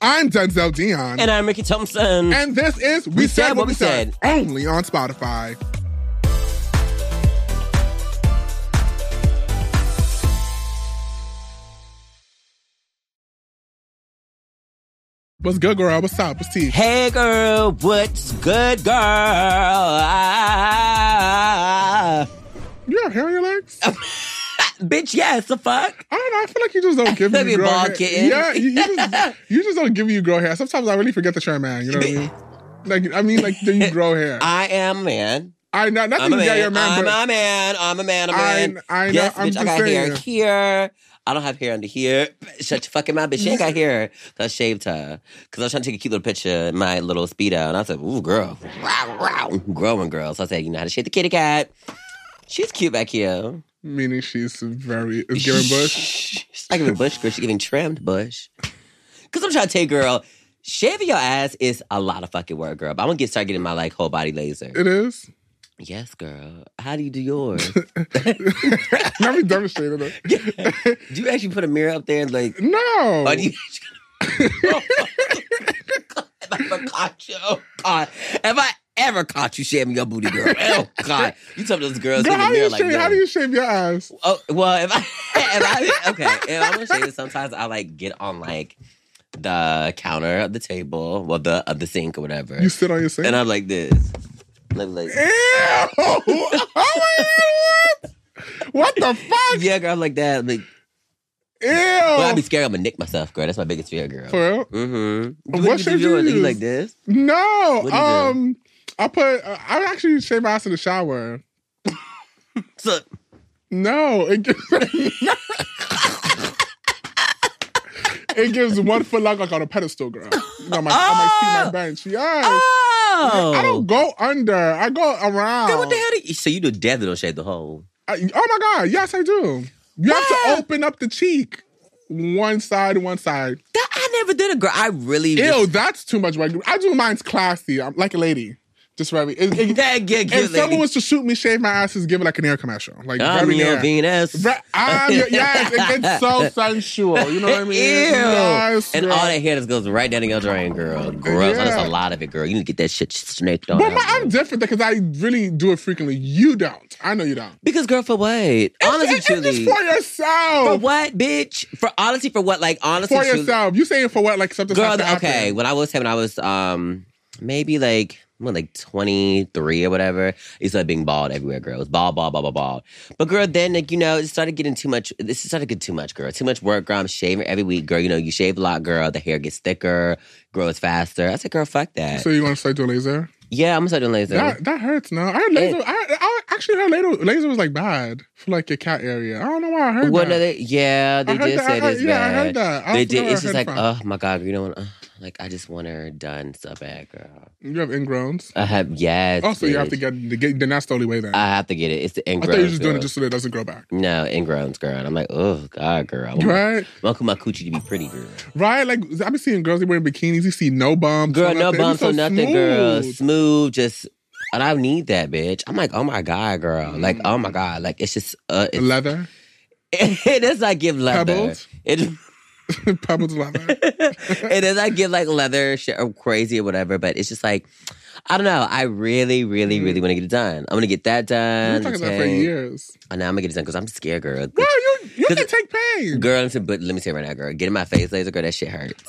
I'm Denzel Dion. And I'm Ricky Thompson. And this is We, said, What We said. only on Spotify. What's good, girl? What's up? What's tea? Hey girl, what's good, girl? Ah. You have hair on your legs? Oh. I bitch, yes, the fuck. don't know. I feel like you just don't give Maybe me a girl bald hair. kitten. Yeah, you, you just, you just don't give me girl hair. Sometimes I really forget that you're a man. You know what I mean? Like, I mean, like, do you grow hair? I, I am a man. know, nothing I'm a you got your man, man. I'm but a man. I'm a man. I'm a I- man. I know, yes, I'm bitch, I just got saying. hair here. I don't have hair under here. Shut your fucking mouth, bitch. She ain't got hair. Cause I shaved her. Cause I was trying to take a cute little picture in my little speedo. And I said, ooh, girl. Wow, wow. Growing girl. So I said, you know how to shave the kitty cat. She's cute back here. meaning she's very, is giving bush. She's not giving bush, girl. She's giving trimmed bush. Because I'm trying to tell you, girl, shaving your ass is a lot of fucking work, girl. But I'm going to get start getting my like whole body laser. It is. Yes, girl. How do you do yours? Now we demonstrated it. do you actually put a mirror up there and like, No. or do you if I ever caught you, oh God. If I ever caught you shaving your booty, girl, oh God. You tell those girls Girl, in the how do mirror you like shave? How yo. do you shave your ass? Oh well, if I, if I okay, if I'm gonna shave it, sometimes I like get on like the counter of the table, well the of the sink or whatever, You sit on your sink. and I'm like this, like, like Ew! oh my god! What? What the fuck? yeah, girl, like that, like. Well, I'd be Ew! scared. I'm gonna nick myself, girl. That's my biggest fear, girl. Oh. For real? Mm-hmm. What should you You use? like this? No. What do you do? Um, I put. Uh, I actually shave my ass in the shower. So, No, it gives. it gives one foot lock like on a pedestal, girl. You know, my, I might see Ah! my bench. Yes. oh, I don't go under. I go around. Girl, what the hell? Do you, so you do definitely don't shave the hole. I- oh my god! Yes, I do. You have What? to open up the cheek, one side, one side. That I never did a girl. I really Ew, that's too much. Regular. I do mine's classy. I'm like a lady, just very. It, it- That get if good. someone lady. Ah, was to shoot me, shave my ass is giving like an air commercial, like I'm very your near. Venus. Ve- I'm your- yes, it gets so sensual. Oh, You know what I mean? Ew. Yes, and girl. all that hair just goes right down in your drain, girl. Gross. Oh, Yeah. That's a lot of it, girl. You need to get that shit snaked on. But out, my, I'm girl. different because I really do it frequently. You don't. I know you don't. because, girl, for what? honestly, It's- it's truly. just for For yourself. what, bitch? For honestly, for what? Like, honestly, For truly- yourself. You saying for what? Like something. girl. has to happen. Okay, when I was having, I was um maybe like what, like twenty three or whatever. It started being bald everywhere, girl. It was bald, bald, bald, bald, bald. But girl, then like you know, it started getting too much. This started getting too much, girl. Too much work, girl. I'm shaving every week, girl. You know, you shave a lot, girl. The hair gets thicker, grows faster. I said, girl, fuck that. So you want to start doing laser? yeah, I'm gonna start doing laser. That that hurts. No, I heard laser. I, I actually heard laser. Laser was like bad for like your cat area. I don't know why I heard Well, no, that. they, yeah, they I heard did that- say I- I- this. yeah, I heard bad. that. I They don't know did. where I It's just heard like, it oh my god, you know, uh, like I just want her done so bad, girl. you have ingrowns. I have Oh, yes. Also, you have bitch. to get the get. Then that's the only way. Then I, I have to get it. It's the ingrowns. thought you were just doing it girl. just so that it doesn't grow back. no ingrowns, girl. And I'm like, oh god, girl. I want my- Right, I want my coochie to be pretty, girl. right. Like I've been seeing girls they wearing bikinis. You see no bumps, Girl, no nothing. It's bumps so or nothing, girl. smooth. Smooth, just. And I need that, bitch. I'm like, oh my god, girl. Mm-hmm. Like, oh my god. Like, it's just, uh, it's, Leather, it does not give leather. Pebbled? It, pebbles leather. it does not give like leather shit or crazy or whatever. But it's just like, I don't know. I really, really, really want to get it done. I'm gonna get that done. We're Mm. talking about that for tank. years. And now I'm gonna get it done because I'm scared, girl. Girl, you you Cause can it- take pain. Girl, listen, but let me say right now, girl, getting my face laser, girl, that shit hurts.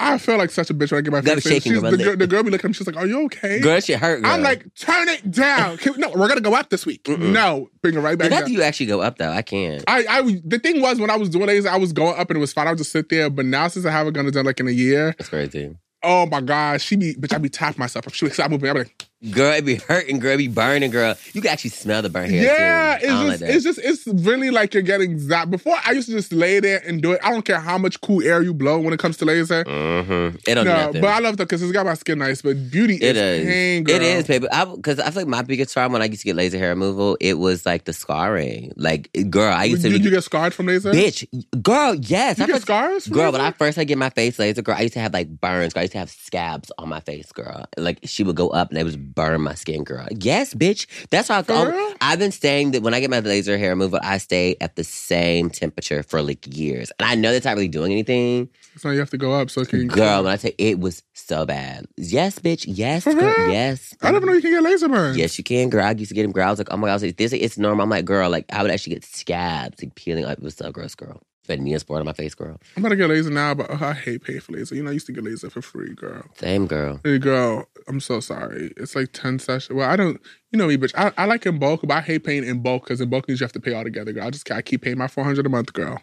I feel like such a bitch when I get my Gotta face. be shaking She's, your the, lip. girl, the girl be looking at me. She's like, "Are you okay?" Girl, that shit hurt, girl. I'm like, turn it down. Can we- no, we're gonna go out this week. No, bring it right But back. how down. do you actually go up though? I can't. I, I was- the thing was when I was doing these, I was going up and it was fine. I would just sit there. But now since I haven't gone done like in a year, That's crazy. oh my god, she be bitch. I be tapping myself. She would stop moving. I'm like, Girl, it be hurting, girl, it be burning, girl. You can actually smell the burn hair. yeah, too. it's I don't just like that. it's just it's really like you're getting zapped. Before I used to just lay there and do it. I don't care how much cool air you blow when it comes to laser. Mhm. It don't do No, nothing. but I love that because it's got my skin nice. But beauty it is, is. pain, girl. It is, baby. Because I, feel like my biggest problem when I used to get laser hair removal, it was like the scarring. Like, girl, I used to Did be- you get scarred from laser? bitch, girl, yes. You I get first- scars? from Girl, when I laser? first I get my face laser, girl, I used to have like burns. Girl, I used to have scabs on my face, girl. Like she would go up and it was burn my skin, girl. Yes, bitch. That's how I For thought. real? I've been staying that when I get my laser hair removal, I stay at the same temperature for like years. And I know that's not really doing anything. So you have to go up. So can you, Girl, when I say it was so bad. Yes, bitch. Yes, For girl. real? Yes. I don't even know you can get laser burn. Yes, you can, girl. I used to get him, girl. I was like, oh my god, I was like, this it's normal. I'm like, girl, like I would actually get scabs, like peeling up. It was so gross, girl. That Nina sport on my face, girl. I'm about to get laser now, but oh, I hate paying for laser. You know, I used to get laser for free, girl. Same girl. Hey, girl, I'm so sorry. It's like 10 sessions. Well, I don't, you know me, bitch. I, I like in bulk, but I hate paying in bulk because in bulk means you have to pay all together, girl. I just I keep paying my 400 a month, girl.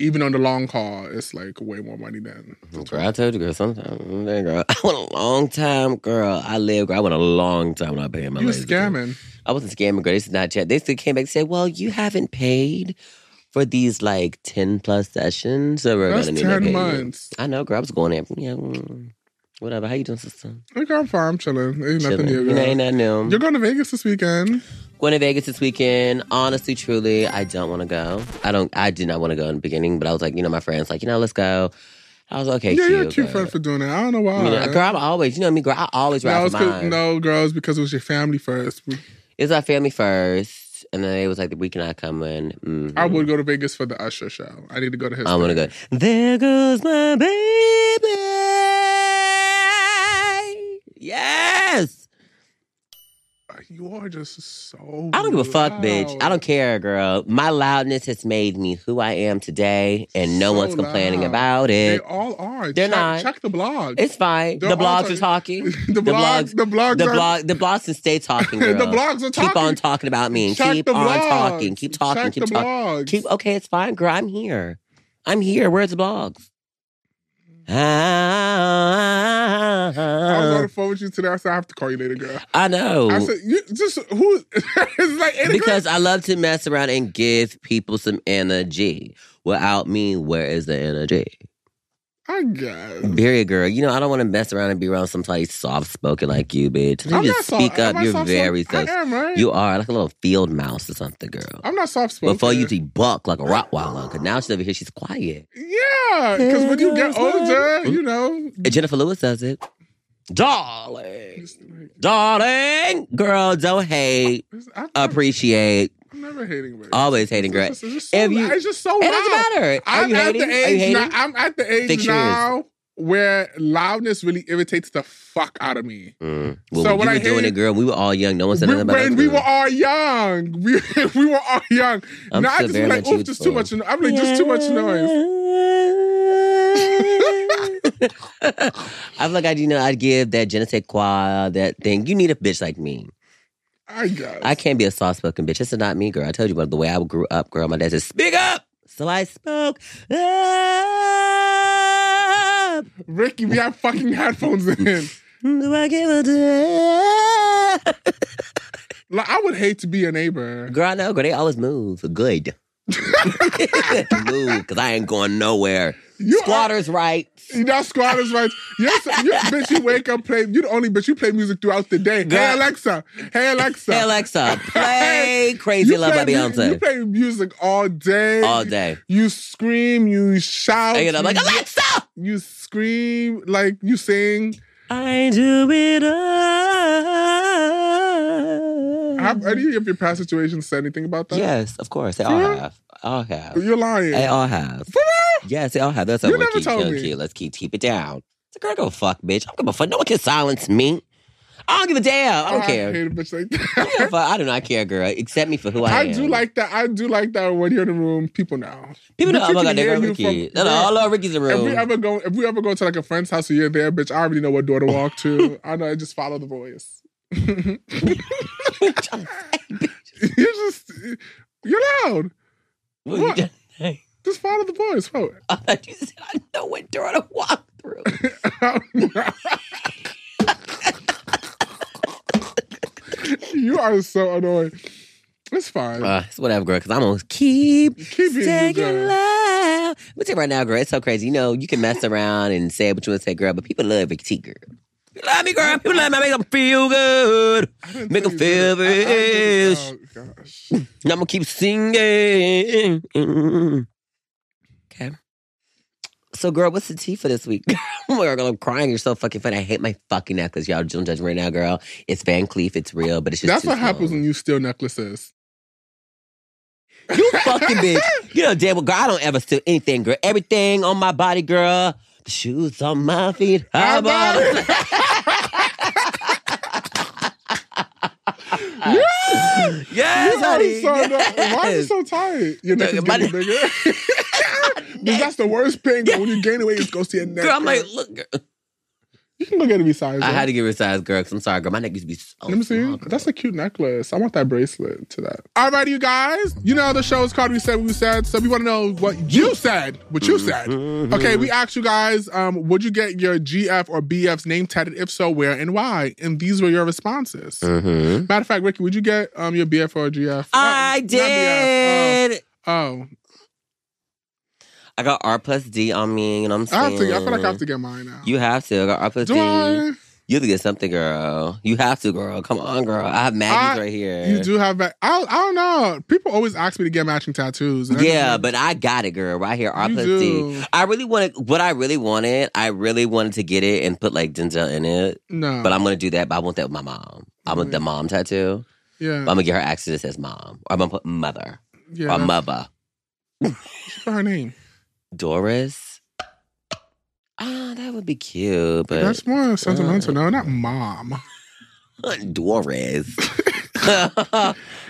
Even on the long haul, it's like way more money than. Girl, I told you, girl. Sometimes, mm, there, girl. I went a long time, girl. I live, girl. I went a long time without paying my. You laser bill. scamming. I wasn't scamming, girl. This is not yet. They still came back and said, well, you haven't paid for these like ten plus sessions, so we're That's gonna need to pay 10 you. months. I know, girl. I was going in. Yeah, mm, whatever. How you doing, sister? Like, I'm fine. I'm chilling. Ain't nothing Chilling. new, You know, ain't girl. nothing new. You're going to Vegas this weekend. Going to Vegas this weekend. Honestly, truly, I don't want to go. I don't. I did not want to go in the beginning, but I was like, you know, my friends like, you know, let's go. I was like, okay. yeah, cute, you're a cute girl. friend for doing that. I don't know why. You know, girl, I'm always, you know me, girl. I always ride no, for it's 'cause- mine. no, girl, it's because it was your family first. It's our family first, and then it was like the weekend I come in. mhm. I would go to Vegas for the Usher show. I need to go to his. I want to thing. go. There goes my baby. Yes. You are just so. I don't give a fuck, bitch. I loud. don't care, girl. My loudness has made me who I am today, and no So one's complaining loud. about They it. all are. They're check, not. Check the blog. It's fine. They're the all blogs are talking. the, blogs, blogs- the blogs. The are, blog, the blogs can stay talking. Girl. the blogs are talking. Keep on talking about me. and Check Keep the on blogs. talking. Keep talking. Check keep the talking. blogs. Keep okay. It's fine, girl. I'm here. I'm here. Where's the blogs? Ah, I uh, was on the phone with you today. I said I have to call you later, girl. I know. I said you just who? it's like eight because I love to mess around and give people some energy. Without me, where is the energy? o'clock. I guess. Period, girl. You know, I don't want to mess around and be around somebody soft spoken like you, bitch. You just soft- speak am up. I You're soft very spoken? soft. I am right. You are like a little field mouse or something, girl. I'm not soft spoken. Before you debuck like a Rottweiler, because now she's over here, she's quiet. Yeah, because when you get There goes older, my- you know. And Jennifer Lewis does it. Darling, darling, girl, don't hate, I'm Uh, never, appreciate, I'm never hating Vegas. always hating, girl. It's It just, it's just so, If you- it's just so doesn't loud. matter. Are I'm you at hating? the Are you age now, hating? I'm at the age Six years. now where loudness really irritates the fuck out of me. Mm. Well, So so when you I were doing hate- it, girl, we were all young. No one said We- nothing about when us, we girl. were all young, we, we were all young. I'm now I just still be very like, much oof, just too youthful. much. No- I'm like, just too much noise. I feel like I, you know, I'd give that je ne sais quoi, that thing. You need a bitch like me. I guess. I can't be a soft spoken bitch. This is not me, girl. I told you about the way I grew up, girl. My dad said, "Speak up," so I spoke up. Ricky, we have fucking headphones in. Do I give a damn? Like, I would hate to be a neighbor. Girl, I know, girl. They always move. Good. move, because I ain't going nowhere. You Squatters' rights. Are, you know, squatters rights. Yes, you, bitch. You wake up, play. You the only bitch. You play music throughout the day. Hey Girl. Alexa. Hey Alexa. Hey, Alexa, play Crazy Love by play mu- You Beyonce play music all day. all day. You scream, you shout. And I'm like, you, Alexa! you scream, like you sing. I do it all. Have any of your past situations said anything about that? Yes, of course. They all Yeah. have. All have. You're lying. They all have. Yes, they all have. That's how You we're never keep told young me. kid. Let's keep keep it down. It's a girl, go fuck, bitch. I don't give a fuck. No one can silence me. I don't give a damn. I Oh, don't care. I hate a bitch like I don't give that. a fuck. I do not care, girl. Accept me for who I, I am. do like that. I do like that when you're in the room, people know. people know. Bitch, Oh you my can god, hear they're you Ricky. from- No, no, I love Ricky's in the If room. we ever go, if we ever go to like a friend's house and you're there, bitch, I already know what door to walk to. I know. I just follow the voice. you're just, you're loud. Well, you What? just- Just follow the voice. Follow it. I thought you said I know what door to walk through. you are so annoying. It's fine. Uh, it's whatever, girl, because I'm going to keep, Keep being you, girl. staying loud. But right now, girl, it's so crazy. You know, you can mess around and say what you want to say, girl, but people love a T, girl. You love me, girl. People love me. I make them feel good. I didn't Make tell them you that. feel I- I didn't- this. Oh gosh. And I'm going to keep singing. Okay. So, girl, what's the tea for this week? oh my god, girl, I'm crying. You're so fucking funny. I hate my fucking necklace, y'all. Don't judge me right now, girl. It's Van Cleef. It's real, but it's just That's too what happens small. when you steal necklaces. You fucking bitch. You know, damn well, girl, I don't ever steal anything, girl. Everything on my body, girl. The shoes on my feet. How I'm about on- yes, You already honey. saw that. Why are you yes. so tired? Your neck is My getting bigger. 'Cause that's the worst pain. When you gain weight, it's go see a neck. Girl, I'm girl. like, look, girl. you can go get it besides. I that. had to give her a size, girl, because I'm sorry, girl. My neck used to be so Let me see. small, girl. That's a cute necklace. I want that bracelet to that. All right, you guys. You know the show is called We Said What We Said. So we want to know what Mm-hmm. you said. What you said. Okay, we asked you guys, um, would you get your GF or BF's name tatted? If so, where and why? And these were your responses. Mhm. Matter of fact, Ricky, would you get um your BF or GF? Not- I not uh, BF. did. Oh, oh. I got R plus D on me, you know what I'm saying? Oh, I have to. I feel like I have to get mine now. You have to. I got R plus Do D. I? You have to get something, girl. You have to, girl. Come on, girl. I have Maggie's I- right here. You do have. That. I, I don't know. People always ask me to get matching tattoos. and I just- Yeah, but I got it, girl. Right here, R You plus D. do. I really wanted what I really wanted. I really wanted to get it and put like Denzel in it. no. But I'm gonna do that. But I want that with my mom. I want the mom tattoo. yeah. But I'm gonna get her access as mom. Or I'm gonna put mother yeah. or that's mother. her name. Doris. Ah, that would be cute. But That's more sentimental. No, not mom. Doris.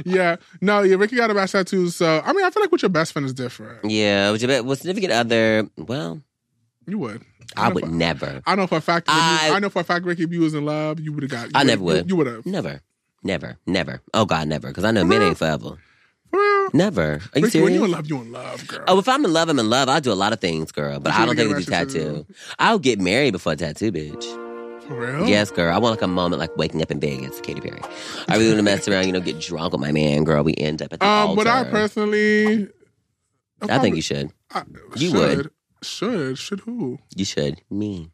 Yeah. No, yeah, Ricky got a match tattoos. So, I mean, I feel like with your best friend is different. yeah, would you bet? Well, significant other. Well, You would. I know would for- never, I know for a fact. Ricky, I, I- know for a fact, Ricky, if you was in love, you would have got. I you never would. You would have. never, never, never. Oh God, never. Because I know men ain't forever. For real. Never. Are you Ricky, when you in serious? love, you in love, girl. Oh, if I'm in love, I'm in love. I'll do a lot of things, girl. But But you I don't wanna think I get do matched tattoo. I'll get married before a tattoo, bitch. for real. Yes, girl. I want like a moment like waking up in Vegas, Katy Perry. I really want to mess around, you know, get drunk with my man, girl. We end up at the Um, but I altar. personally, I think you should. you should, would. Should should who? You should. Me.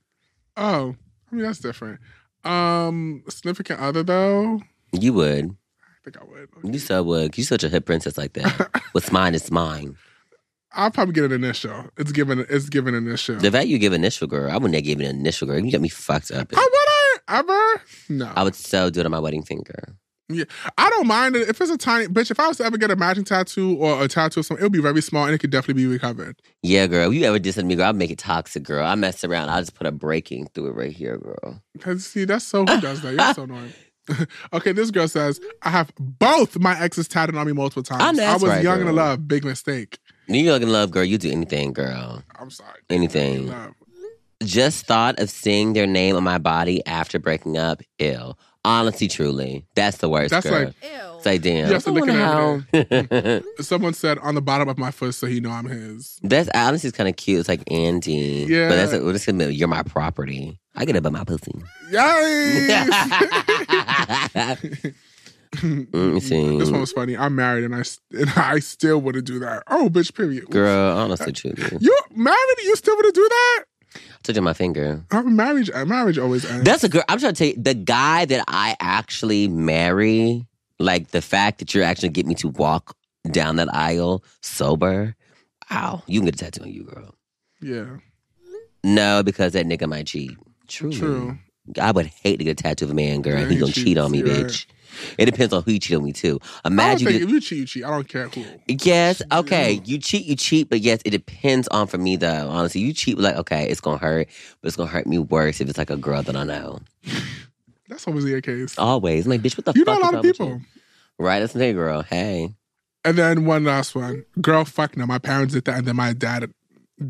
Oh, I mean that's different. Um, significant other though. You would. I think I would. You so would. You such a hip princess like that. What's mine is mine. I'll probably get an initial. It's given. It's given initial. The value you give initial girl, I wouldn't have given initial girl. You got me fucked up. I Uh, would I ever? No. I would so do it on my wedding finger. Yeah, I don't mind it if it's a tiny bitch. If I was to ever get a matching tattoo or a tattoo or something, it would be very small and it could definitely be recovered. Yeah, girl. You ever did something to me, girl? I make it toxic, girl. I mess around. I just put a breaking through it right here, girl. Cause see, that's so who does that? You're so annoying. okay, this girl says I have both my exes tatted on me multiple times. I know, that's was right, young and in girl. love. Big mistake. New York in love, girl. You do anything, girl. I'm sorry. Anything. Love. Just thought of seeing their name on my body after breaking up. Ill. Honestly, truly, that's the worst. That's girl. like- it's like damn. You have to I look wonder how- Someone said on the bottom of my foot, so you know I'm his. That's honestly kind of cute. It's like Andy. Yeah. But that's like, well, this gonna be, you're my property. I get it, but my pussy. Yikes! Let me see. this one was funny. I'm married and I s- and I still wouldn't do that. Oh, bitch. Period. Girl, honestly, truly. You married? You still wouldn't do that? I told you my finger. Uh, marriage, uh, marriage always ends. That's a girl. I'm trying to tell you, the guy that I actually marry, like the fact that you're actually getting me to walk down that aisle sober, ow, you can get a tattoo on you, girl. yeah, No, because that nigga might cheat. True. true. I would hate to get a tattoo of a man, girl. Yeah, and he he gonna cheat cheats, on me, you're bitch. It depends on who you cheat on me too. I don't Imagine think you if you cheat, you cheat. I don't care who. Yes, okay. You cheat, you cheat, but yes, it depends on for me though. Honestly, you cheat like okay, it's gonna hurt, but it's gonna hurt me worse if it's like a girl that I know. That's always the case. Always. I'm like, bitch, Oh, what the You know a fuck? lot is wrong of with people. you? Right, that's the girl. Hey. And then one last one. Girl, fuck no. My parents did that, and then my dad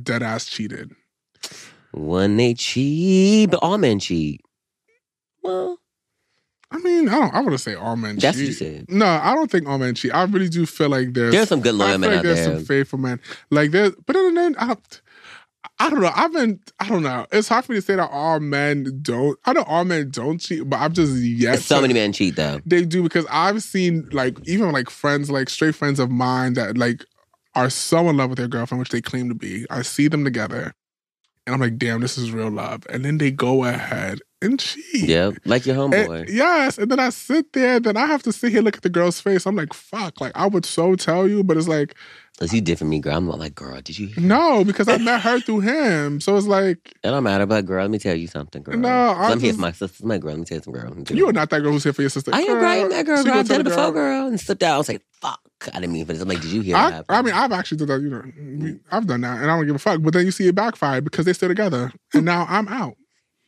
dead ass cheated. When they cheat, but all men cheat. Well, I mean, I don't. I want to say all men. That's what cheat. you said. No, I don't think all men cheat. I really do feel like there's there's some good I loyal feel men like out there's there. some faithful men. Like there's, but then then I. don't- I don't know. I've been. I don't know. It's hard for me to say that all men don't. I know all men don't cheat, but I'm just yet. so to- many men cheat though. They do because I've seen like even like friends, like straight friends of mine that like are so in love with their girlfriend, which they claim to be. I see them together, and I'm like, damn, this is real love. And then they go ahead and cheat. Yep. Like your And- homeboy. yes, and then I sit there, then I have to sit here look at the girl's face. I'm like, fuck, like I would so tell you, but it's like Cause you did for me, girl. I'm not like, girl, did you? hear- No, because I met her through him. So it's like It don't matter, but girl, let me tell you something, girl. No, I I'm here just- for my sister, my girl. Let me tell you some girl. you are not that girl who's here for your sister. I am right, that girl. she girl. gonna I've done tell it the before, girl, and slipped out. I was like, fuck, I didn't mean for this. I'm like, did you hear? what I, happened? I mean, I've actually done that. You know, I've done that, and I don't give a fuck. But then you see it backfire because they're still together, and now I'm out.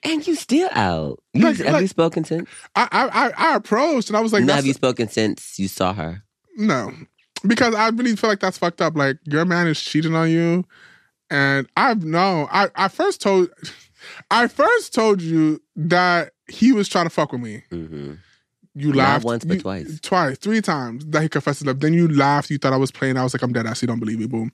and you still out. You, Like- have like- you spoken since? I I I, I approached, and I was like, no, that's, have you spoken since you saw her? no, because I really feel like that's fucked up. Like your man is cheating on you, and I've no. I I first told, I first told you that he was trying to fuck with me. Mm-hmm. You Not laughed once, but you- twice. twice, three times that he confessed his love. Then you laughed. You thought I was playing. I was like, I'm dead ass. You don't believe me. Boom.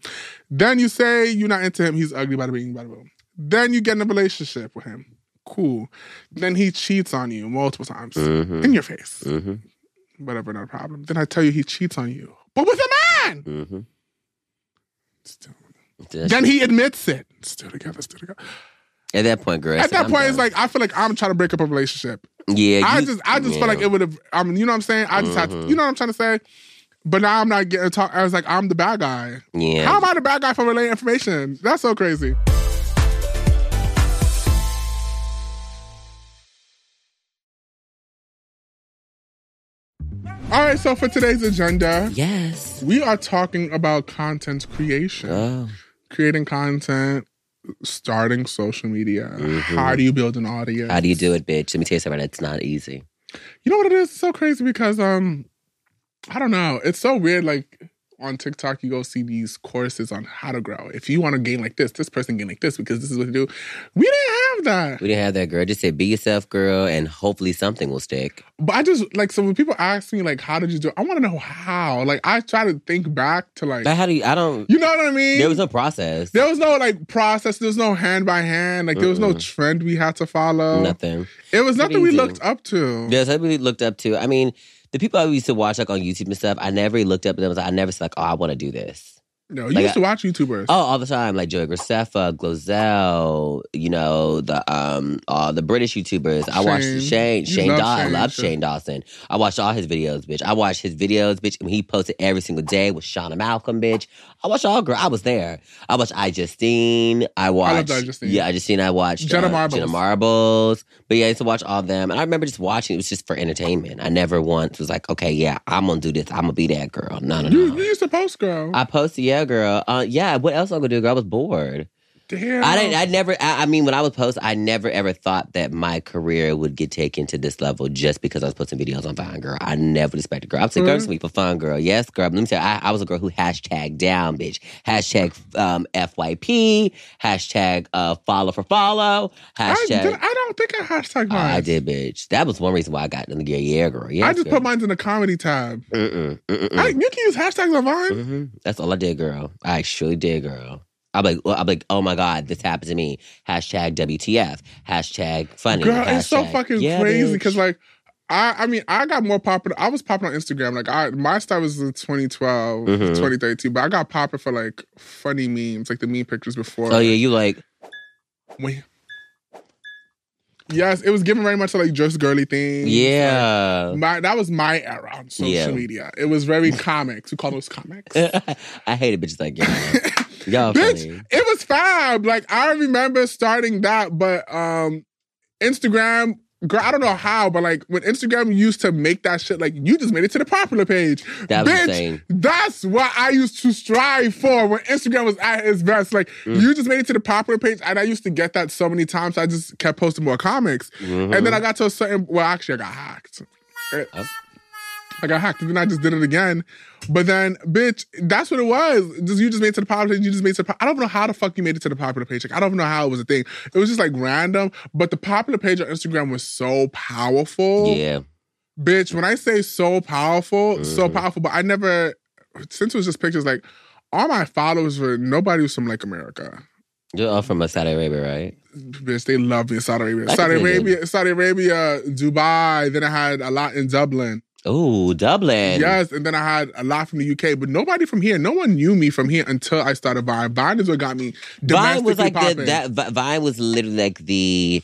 Then you say you're not into him. He's ugly. Bada bing, bada boom. Then you get in a relationship with him. Cool. Then he cheats on you multiple times Mm-hmm. in your face. Mm-hmm. Whatever, not a problem. Then I tell you he cheats on you, but with a man. Mm-hmm. Still. Then he admits it. Still together. Still together. At that point, girl. At it's like, that I'm point, it's done. like I feel like I'm trying to break up a relationship. yeah. I you- just I just yeah. feel like it would have I mean, you know what I'm saying? I just had Mhm. to you know what I'm trying to say? But now I'm not getting talk I was like, I'm the bad guy. Yeah. How am I the bad guy for relaying information? That's so crazy. All right, so for today's agenda, yes. we are talking about content creation. Oh. Creating content, starting social media. How do you build an audience? Mm-hmm. How do you do it, bitch? Let me tell you something. It's not easy. You know what it is? It's so crazy because um, I don't know. It's so weird. Like on TikTok, you go see these courses on how to grow. If you want to gain like this, this person gain like this because this is what you do. We didn't have that. We didn't have that, girl. Just say, be yourself, girl, and hopefully something will stick. But I just like so when people ask me like, how did you do? it? I want to know how. Like I try to think back to like, But how do you? I don't. you know what I mean? There was no process. There was no like process. There was no hand by hand. Like there was no Mm-mm. trend we had to follow. Nothing. It was Pretty nothing we easy. looked up to. There's something we looked up to. I mean, the people I used to watch like on YouTube and stuff, I never looked up to them. I never said like, oh, I want to do this. No, you Like, used to watch YouTubers. Oh, all the time, like Joey Graceffa, Glozell, you know the um uh, the British YouTubers. I Shane. watched Shane. You Shane love Dawson. Shane, I love sure. Shane Dawson. I watched all his videos, bitch. I watched his videos, bitch. And he posted every single day with Shauna Malcolm, bitch. I watched all girl. I was there. I watched I Justine. I watched. I Justine. Yeah, I Justine. I watched Jenna uh, Marbles. Jenna Marbles. But yeah, I used to watch all them, and I remember just watching. It was just for entertainment. I never once was like, okay, yeah, I'm gonna do this. I'm gonna be that girl. No, no, no. You, you used to post, girl. I posted, yeah, girl. Uh, yeah, what else I'm gonna do, girl? I was bored. Damn. I didn't. I never. I, I mean, when I was post, I never ever thought that my career would get taken to this level just because I was posting videos on Vine, girl. I never expected, girl. I was a Mhm. girl just week for fun, girl. Yes, girl. But let me tell you, I, I was a girl who hashtag down, bitch. Hashtag um, FYP. Hashtag uh, follow for follow. I, did, Hashtag. I don't think I hashtag Oh, mine. I did, bitch. That was one reason why I got in the gear. Yeah, girl. Yeah, I just girl. put mine in the comedy tab. Mm-mm, mm-mm. I, you can use hashtags on Vine. hmm That's all I did, girl. I surely did, girl. I'm like, I'm like, oh my god, this happened to me. Hashtag WTF. Hashtag funny. Girl, it's so Hashtag, fucking yeah, crazy bitch. because like. I, I mean, I got more popular. I was popular on Instagram. Like, I my style was in 2012, Mhm. 2013, but I got popular for like funny memes, like the meme pictures before. oh yeah, you like When- yes, it was given very much to like just girly things. yeah. Like, my that was my era on social Yeah. Uh, media. It was very comics. We call those comics. I hate it, bitches like y'all. y'all Bitch, funny. it was fab. Like I remember starting that, but um Instagram, girl, I don't know how, but like when Instagram used to make that shit, like you just made it to the popular page. That was Bitch, insane. That's what I used to strive for when Instagram was at its best. Like Mm. you just made it to the popular page, and I used to get that so many times. I just kept posting more comics, Mm-hmm. and then I got to a certain. Well, actually, I got hacked. Eh, Oh. I got hacked, and then I just did it again. But then, bitch, that's what it was. Just you just made it to the popular page. You just made it to. The, po- I don't know how the fuck you made it to the popular page. Like I don't know how it was a thing. It was just like random. But the popular page on Instagram was so powerful. yeah. Bitch, when I say so powerful, so Mhm. powerful, but I never, since it was just pictures, like all my followers were nobody was from like America. You're all from Saudi Arabia, right? Bitch, they love me in Saudi Arabia. That's Saudi really good. Arabia, Saudi Arabia, Dubai. Then I had a lot in Dublin. Oh, Dublin. yes, and then I had a lot from the UK, but nobody from here. No one knew me from here until I started Vine. Vine is what got me domestically Vine was like the, popping. that. Vi- Vine was literally like the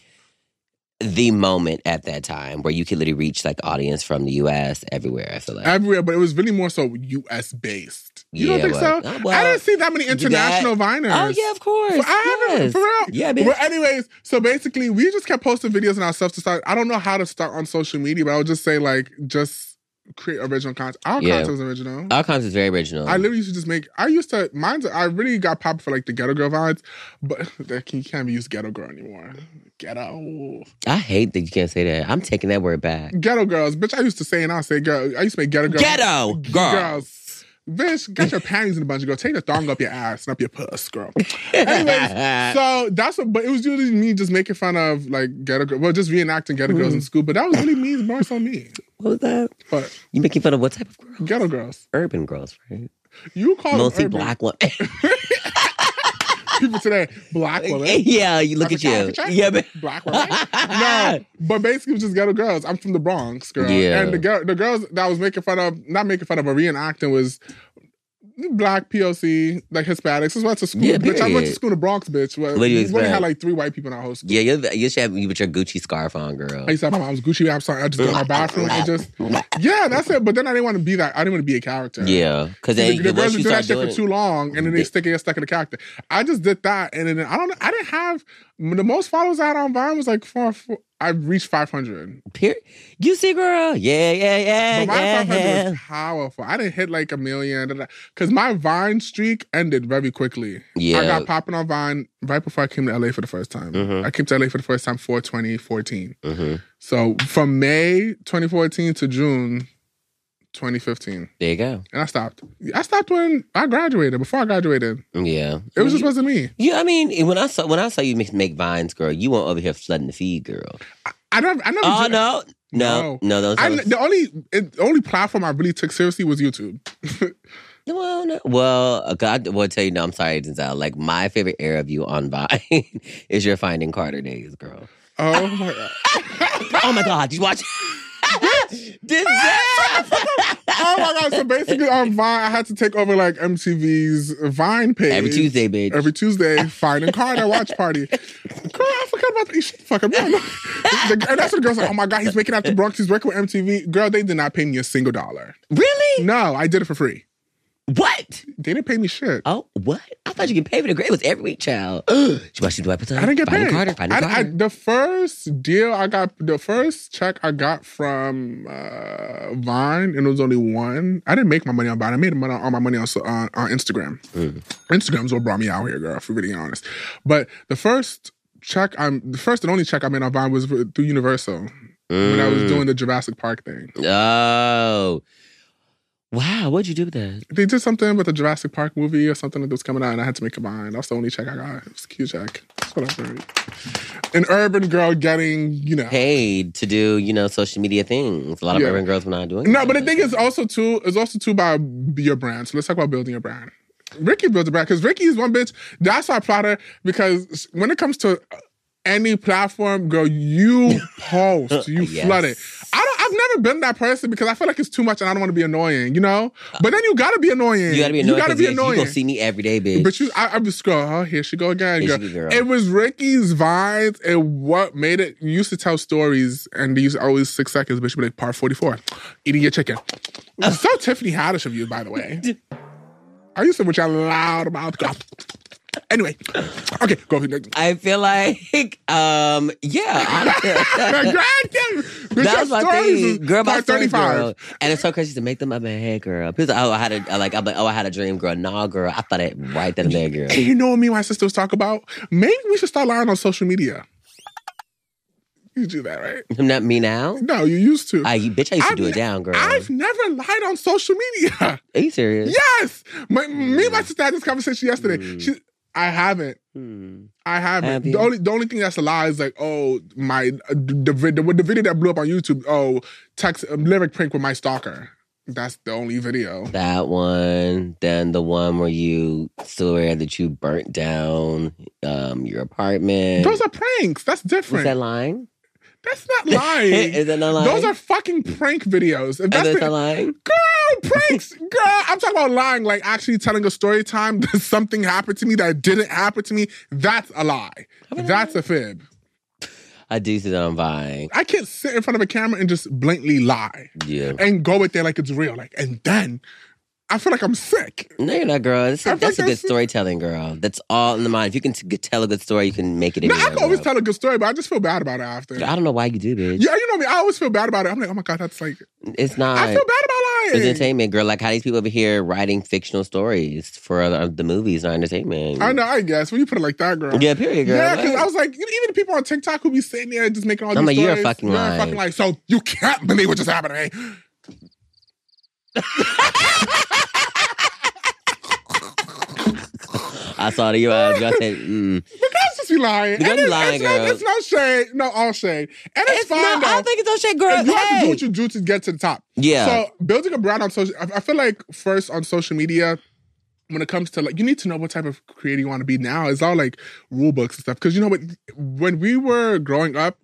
the moment at that time where you could literally reach like audience from the US everywhere. I feel like everywhere, but it was really more so U.S. based. You Yeah, don't think well- so? oh, well, I didn't see that many got- international viners. Oh yeah, of course. For, I haven't- yes. for real. Yeah, bitch. But anyways, so basically, we just kept posting videos and our stuff to start. I don't know how to start on social media, but I would just say like just create original content. Our Yeah. content was original. Our content is very original. I literally used to just make. I used to mine's. I really got popped for like the ghetto girl vibes, but that can, you can't even use ghetto girl anymore. Ghetto, I hate that you can't say that. I'm taking that word back. ghetto girls, bitch. I used to say and I say girl. I used to make ghetto girls. Ghetto girls. Girls. Bitch, got your panties in a bunch of girl. Take the thong up your ass and up your puss, girl. Anyways, so that's what, but it was usually me just making fun of like ghetto girl, well, just reenacting ghetto girls in Mm. school, but that was really me, more so me. what was that? But You making fun of what type of girl? ghetto girls, Urban girls, right? you call Mostly them Oh, urban black women. people today black women. yeah, you look at you. Yeah, but Black women. no, but basically it was just ghetto girls. I'm from the Bronx, girl. Yeah. And the, girl, the girls that I was making fun of, not making fun of, but reenacting was black POC, like Hispanics. This went to school. Yeah, bitch, I went to period. school in the Bronx, bitch. Well, What do you we only expect? had like three white people in our whole school. yeah, you're the, you should have you with your Gucci scarf on, girl. I used to have my mom's Gucci. I'm sorry. I just go in my bathroom and just yeah, that's it. But then I didn't want to be that. I didn't want to be a character. Yeah, because The, then the girls once would do you that start shit doing for it, too long, and then they They- stick get stuck in the character. I just did that, and then I don't. know. I didn't have the most followers I had on Vine was like four. four I reached five hundred, period. you see, girl, yeah, yeah, yeah, but my yeah, five hundred yeah. was powerful. I didn't hit like a million because my Vine streak ended very quickly. I Yeah. got popping on Vine right before I came to LA for the first time. Mhm. I came to LA for the first time for 2014. Mhm. So from May 2014 to June 2015. There you go. And I stopped. I stopped when I graduated, before I graduated. Yeah, It was just wasn't me. Yeah, I mean, when I saw when I saw you make, make vines, girl, you weren't over here flooding the feed, girl. I never I never Oh did- no, no, no, those. I, I, the only it, the only platform I really took seriously was YouTube. well, no. well, uh, God, well, I tell you, no, I'm sorry, Denzel. Like my favorite era of you on Vine is your Finding Carter days, girl. Oh my god. oh my God, you watch Oh Denzel my god. So basically on Vine I had to take over like MTV's Vine page. every Tuesday, bitch. Every Tuesday, Fine and Carter watch party. Girl, I forgot about that. You should fuck up. Yeah, no. The- and that's what the girls like, oh my God, he's making out the Bronx. He's working with MTV. Girl, they did not pay me a single dollar. really? No, I did it for free. mm. What? They didn't pay me shit. Oh, what? I thought you could pay for the grade. It was every week, child. Did you watch the Dwight Patton? I didn't get Finding paid. Carter, Finding I- I- Carter. the first deal I got, the first check I got from uh, Vine, and it was only one. I didn't make my money on Vine. I made money, all my money on, so- on, on Instagram. Instagram's what brought me out here, girl. If we're being honest, but the first check I'm the first and only check I made on Vine was for- through Universal when I was Mm. doing the Jurassic Park thing. Oh. Wow, what'd you do with that? They did something with the Jurassic Park movie or something that was coming out, and I had to make a Vine. That's the only check I got. It was a cute check. That's what I heard. An urban girl getting, you know. Paid to do, you know, social media things. A lot of Yeah. urban girls were not doing No, that. but the thing is also too is also too about your brand. So let's talk about building your brand. Ricky builds a brand because Ricky is one bitch. That's why I applaud her because when it comes to any platform, girl, you post, you Yes. flood it. I don't. I've never been that person because I feel like it's too much and I don't want to be annoying, you know. But then you gotta be annoying. You gotta be annoying. You gotta be You're annoying. gonna see me every day, bitch. But you, I, I'm just scroll. Oh, here she go again. Girl. Here she go, girl. It was Ricky's vines and what made it. You used to tell stories, and these always six seconds, but she'd be like part forty four, eating your chicken. so Tiffany Haddish of you, by the way. I used to with your loud mouth. Girl. Anyway, okay, go. I feel like, um, yeah. I'm- That was my thing, girl. My Part thirty thirty five, five. and it's so crazy to make them up in head, girl. Because oh, I had a like, I'm like, oh, I had a dream, girl. Nah, girl, I thought it right then and there, girl. And you know what me and my sisters talk about? Maybe we should start lying on social media. You do that, right? Not me now. No, you used to. I bitch, I used to I've do it ne- down, girl. I've never lied on social media. Are you serious? Yes, my, me and Mm. my sister had this conversation yesterday. She, I haven't. Hmm. I haven't. Mm. Have you? the only the only thing that's a lie is like, oh my, the, vid- the, the video that blew up on YouTube. Oh, text um, lyric prank with my stalker. That's the only video. That one, then the one where you swear that you burnt down um your apartment. Those are pranks. That's Was different. that lying? that's not lying. Is that not lying? Those are fucking prank videos. If Is that's that the, not lying? girl pranks, girl. I'm talking about lying, like actually telling a story time that something happened to me that didn't happen to me. That's a lie. That's a fib. I I do see that on Vine. I can't sit in front of a camera and just blatantly lie Yeah. and go with there like it's real. Like, and then I feel like I'm sick. No, you're not, girl. That's, I a, feel that's a like good that's- storytelling, girl. That's all in the mind. If you can t- tell a good story, you can make it. Man, I anywhere, can always girl. tell a good story, but I just feel bad about it after. I don't know why you do, bitch. Yeah, you know me. I always feel bad about it. I'm like, oh my god, that's like It's not. I feel bad about It's lying. entertainment, girl. Like how these people over here writing fictional stories for uh, the movies, not entertainment. I know. I guess when you put it like that, girl. Yeah, period, girl. Yeah, because What? I was like, you know, even the people on TikTok who be sitting there just making all these I'm like, stories. you're a fucking you're liar. fucking liar. So you can't believe what just happened to me. I saw it in your eyes. girl. I said, mm. The guys just be lying. And The guys it's, lying, it's, girl. Not, it's no shade. No, all shade. And it's, It's fine, not- though. I don't think it's no shit, girl. you have to do Hey. what you do to get to the top. Yeah. So building a brand on social, I I feel like first on social media, when it comes to like, you need to know what type of creator you want to be. Now it's all like rule books and stuff. Because you know what, when we were growing up.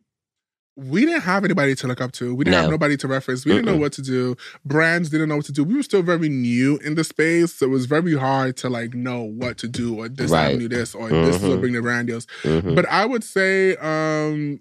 We didn't have anybody to look up to. We didn't No. have nobody to reference. We didn't know what to do. Brands didn't know what to do. We were still very new in the space, so it was very hard to like know what to do or this Right. avenue, this or this is Mhm. what bring the brand deals. mhm. But I would say um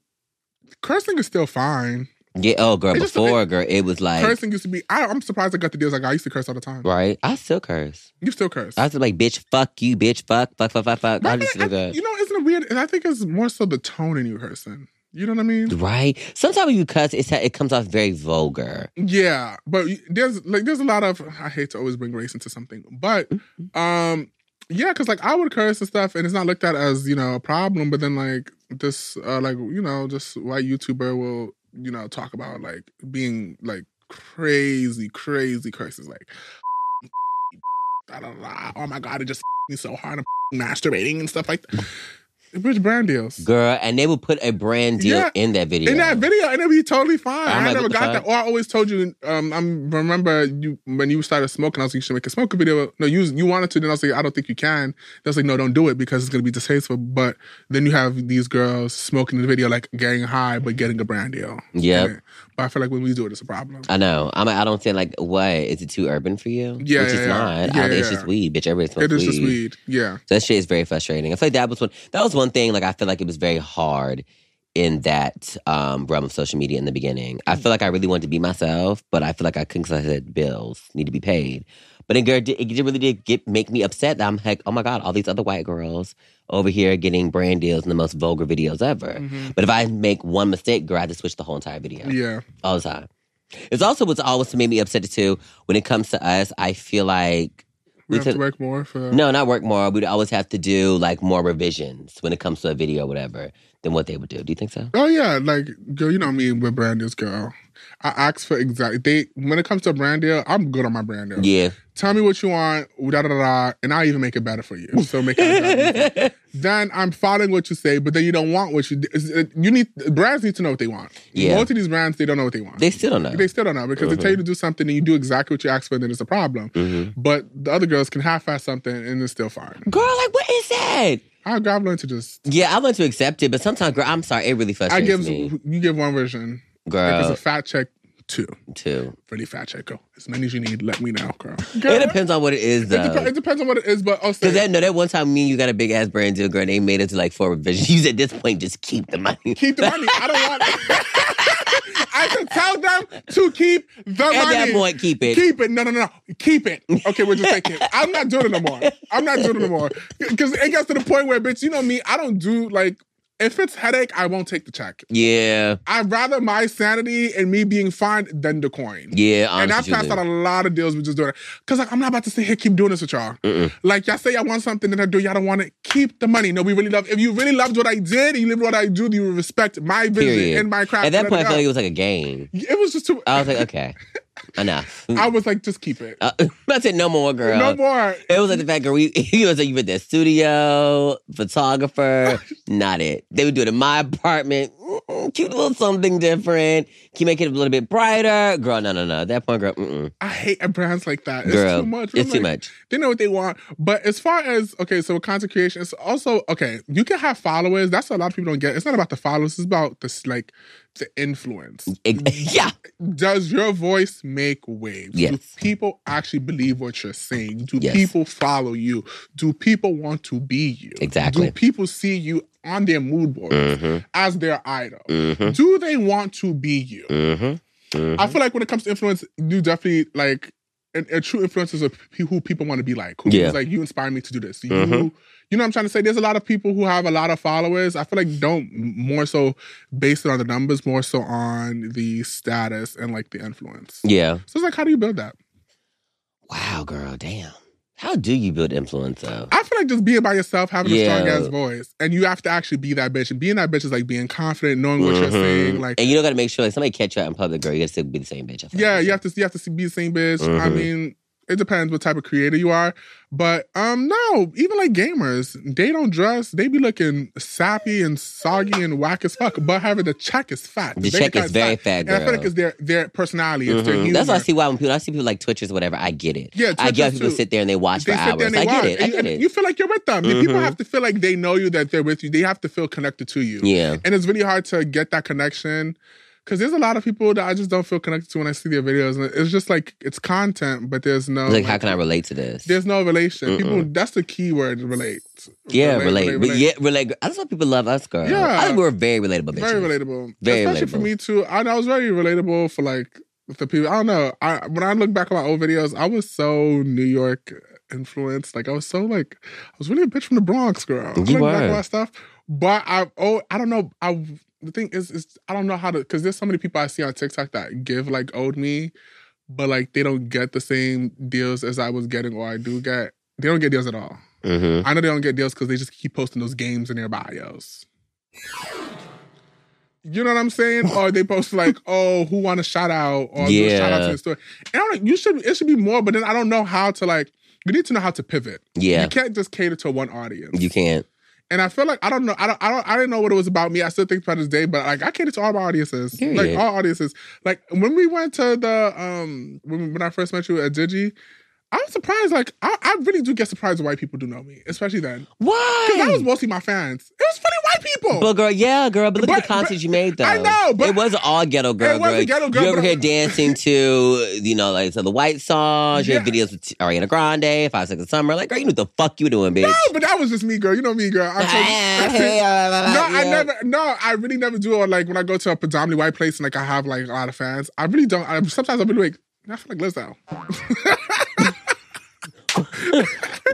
cursing is still fine. yeah. Oh, girl. It just- Before, girl, it was like cursing used to be. I, I'm surprised I got the deals like I used to curse all the time. right. I still curse. You still curse. I was like, bitch, fuck you, bitch, fuck, fuck, fuck, fuck, fuck. But I I just mean, look I- at you know, isn't it weird? And I think it's more so the tone in you cursing. You know what I mean? right. Sometimes when you cuss, it's it comes off very vulgar. Yeah, but you- there's like there's a lot of I hate to always bring race into something, but um yeah, because like I would curse and stuff, and it's not looked at as you know a problem. But then like this uh like you know just white YouTuber will you know talk about like being like crazy crazy curses like da, da, da, oh my god it just me so hard I'm masturbating and stuff like that. Bitch, brand deals. Girl, and they would put a brand deal Yeah. in that video. In that video, and it'd be totally fine. I'm i like, never what the got fuck? that. Or I always told you, um, I remember you when you started smoking. I was like, you should make a smoking video. No, you you wanted to. Then I was like, I don't think you can. Then I was like, no, don't do it because it's gonna be distasteful. But then you have these girls smoking in the video, like getting high but getting a brand deal. Yep. Yeah. But I feel like when we do it, it's a problem. I know. I'm. I don't feel like what is it too urban for you? Yeah, yeah, which is yeah. not. I Yeah, think it's yeah. just weed, bitch. Everybody smokes it is weed. just weed. Yeah. That shit is very frustrating. I feel like that was one. That was one thing. Like I feel like it was very hard in that um, realm of social media in the beginning. I feel like I really wanted to be myself, but I feel like I couldn't because I said bills need to be paid. But it, girl, did- it really did get make me upset. That I'm like, oh my god, all these other white girls over here getting brand deals in the most vulgar videos ever. Mhm. But if I make one mistake, girl, I just switch the whole entire video Yeah. all the time. It's also what's always made me upset too. When it comes to us, I feel like We We have could- to work more for. no, not work more. We'd always have to do like more revisions when it comes to a video, or whatever, than what they would do. Do you think so? Oh yeah, like girl, you know me with brand deals, girl. I ask for exactly. They when it comes to brand deal, I'm good on my brand deal. Yeah, tell me what you want, da da da, da, and I'll even make it better for you. So make it better. then I'm following what you say, but then you don't want what you. d- is- uh, You need brands need to know what they want. Yeah. Most of these brands they don't know what they want. they Uh-huh. still don't know. They still don't know because they tell you to do something and you do exactly what you asked for, then it's a problem. Mhm. But the other girls can half-ass something and it's still fine. Girl, like what is that? I, I've learned to just. Yeah, I want to accept it, but sometimes, girl, I'm sorry, it really I frustrates give me, Uh, you give one version. If it's girl. a fat check, two. Too. Really fat check, girl. As many as you need, let me know, girl. It Girl, depends on what it is, Uh-huh. it, dep- though. it depends on what it is, but also Because that no, that one time me, and you got a big ass brand deal, girl. and They made it to like four revisions. You at this point just keep the money. keep the money. I don't want. I can tell them to keep the At money. that point, keep it. Keep it. No, no, no, no. Keep it. Okay, we're just taking it. I'm not doing it no more. I'm not doing it no more. Because it gets to the point where, bitch, you know me, I don't do like, if it's headache, I won't take the check. yeah, I'd rather my sanity and me being fine than the coin. yeah. And Honestly, I've passed Julie. out a lot of deals with just doing it. Because, like, I'm not about to sit here keep doing this with y'all. Mm-mm. Like, y'all say y'all want something, then I do. Y'all don't want it. Keep the money. No, we really love If you really loved what I did, you live what I do, you respect my vision Period. and my craft. At that and let point, it go. I Um, felt like it was like a game. it was just too. I was like, okay, enough. I was like, just keep it. Uh, I said no more, girl. no more. It was like the fact girl, we, he was like, you were the studio, photographer, not it. They would do it in my apartment. Mm-mm, Cute little something different. Can you make it a little bit brighter? Girl, no, no, no. At that point, girl, mm-mm. I hate brands like that. It's girl, too much. It's I'm too like, much. They know what they want. But as far as okay, so content creation, it's also okay. You can have followers. That's what a lot of people don't get. It's not about the followers. It's about this like to influence. Ex- mm. yeah. Does your voice make waves? Do Yes. people actually believe what you're saying? Do Yes. people follow you? Do people want to be you? Exactly. Do people see you on their mood board Mm-hmm. as their idol? Mm-hmm. Do they want to be you? Mm-hmm. I mm-hmm. feel like when it comes to influence, you definitely like and, and true influences are pe- who people want to be like. Who's Yeah. like you inspire me to do this. You, Mhm. you know what I'm trying to say. There's a lot of people who have a lot of followers. I feel like don't more so based it on the numbers, more so on the status and like the influence. Yeah. So it's like, how do you build that? Wow, girl, damn. How do you build influence though? I feel like just being by yourself, having a strong Yeah. ass voice, and you have to actually be that bitch. And being that bitch is like being confident, knowing what you're Mhm. saying. Like, and you don't got to make sure like somebody catch you out in public, girl. You got to still be the same bitch. I feel yeah, like. you have to you have to be the same bitch. I Mhm. mean, it depends what type of creator you are, but um, no, even like gamers, they don't dress. They be looking sappy and soggy and whack as fuck, but having the check is fat. The baby check cut is very fat. fat, And I feel like girl. it's their their personality. It's their Mhm. humor. That's why I see why when people I see people like Twitchers or whatever, I get it. Yeah, I get Twitchers how people too. sit there and they watch for hours. I get it. I And you, get and it. you feel like you're with them. The People Mhm. have to feel like they know you, that they're with you. They have to feel connected to you. yeah. And it's really hard to get that connection because there's a lot of people that I just don't feel connected to when I see their videos. And it's just like it's content, but there's no It's like, how can I relate to this? There's no relation. Mm-mm. People, that's the key word. Relate. yeah, relate. But yeah, relate. That's why people love us, girl. Yeah. I think we're very relatable bitches. Very relatable. Very Especially for relatable. me too. I, I was very relatable for like the people. I don't know. I when I look back at my old videos, I was so New York influenced. Like I was so like I was really a bitch from the Bronx, girl. I You look back at were. my stuff, but I oh I don't know. I the thing is is I don't know how to because there's so many people I see on TikTok that give like owed me, but like they don't get the same deals as I was getting or I do get. They don't get deals at all. Mm-hmm. I know they don't get deals because they just keep posting those games in their bios. You know what I'm saying? Or they post like, "Oh, who want a shout out?" Or do a shout out to Yeah. the store. And I'm like, you should. It should be more, but then I don't know how to like. You need to know how to pivot. Yeah. You can't just cater to one audience. You can't. And I feel like I don't know. I don't. I don't. I didn't know what it was about me. I still think about this day, but like I cater to all my audiences. Like Period. all audiences. Like when we went to the um when, when I first met you at Digi, I was surprised. Like I, I really do get surprised when white people do know me, especially then. Why? Because that was mostly my fans. It was funny white people. But girl, yeah, girl, but look But- at the concerts but- you made though. I know, but- it was all ghetto girl. It was girl. a ghetto girl, You over but- here dancing to you know like so the white songs. You have Yeah. videos with Ariana Grande, Five Seconds of Summer. Like, girl, you know what the fuck you doing, bitch? no, but that was just me, girl. You know me, girl. I'm so- Hey, uh, blah, blah, no, I yeah. never. No, I really never do. Or like when I go to a predominantly white place and like I have like a lot of fans, I really don't. I, sometimes I'll be like, I feel like Lizzo.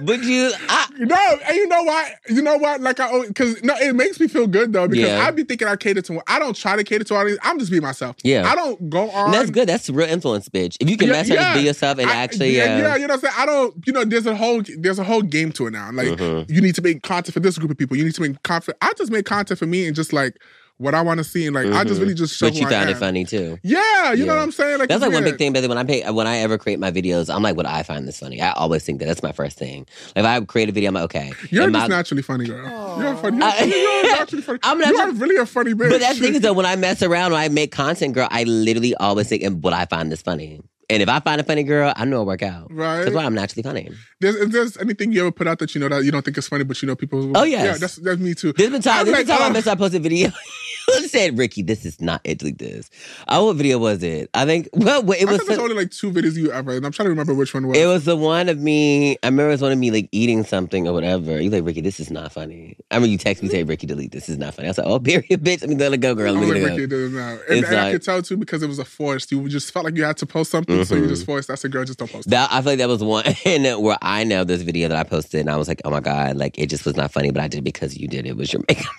But you, I, No, and you know why? You know what? Like I, because no, it makes me feel good though because Yeah. I be thinking I cater to. I don't try to cater to audience. I'm just be myself. Yeah. I don't go on. and that's good. That's real influence, bitch. If you can Yeah, mess up, yeah. just be yourself and I- actually, um, uh, yeah, yeah, yeah, you know what I'm saying. I don't, you know, there's a whole there's a whole game to it now. Like Mhm. you need to make content for this group of people. You need to make content. I just make content for me and just like what I want to see and like I just Mhm. really just show. but you who I found it am. funny too. Yeah, you know Yeah. what I'm saying. Like That's it's like one weird. big thing, but when I pay, when I ever create my videos, I'm like, what I find this funny. I always think that that's my first thing. Like, if I create a video, I'm like, okay, You're am just I- naturally funny, girl. You're a funny. You're, I- you're naturally funny. I'm you are natu- really a funny bitch. But that's the thing is though, when I mess around, when I make content, girl, I literally always think, and what I find this funny. And if I find a funny girl, I know it'll work out. right? That's why I'm naturally funny. There's, if there's anything you ever put out that you know that you don't think is funny, but you know people. Oh, yeah, yes. that's that's me too. This been I'm time, this like, been time oh. I messed up, I posted a video. You said, Ricky, this is not it like this. Oh, what video was it? I think, well, I it was. think there's some- only like two videos you ever, and I'm trying to remember which one was. It was the one of me. I remember it was one of me like eating something or whatever. You like Ricky, this is not funny. I remember you text me say Ricky, delete this is not funny. I was like, oh, period, bitch. I mean, let it go, girl. I'm Let like, it go. Ricky it doesn't matter. And, It's and I like- could tell too because it was a forced. You just felt like you had to post something, so you Mhm. just forced. I said, girl, just don't post. That I feel like that was one uh, where I know this video that I posted, and I was like, "Oh my god!" Like it just was not funny, but I did it because you did. It was your makeup.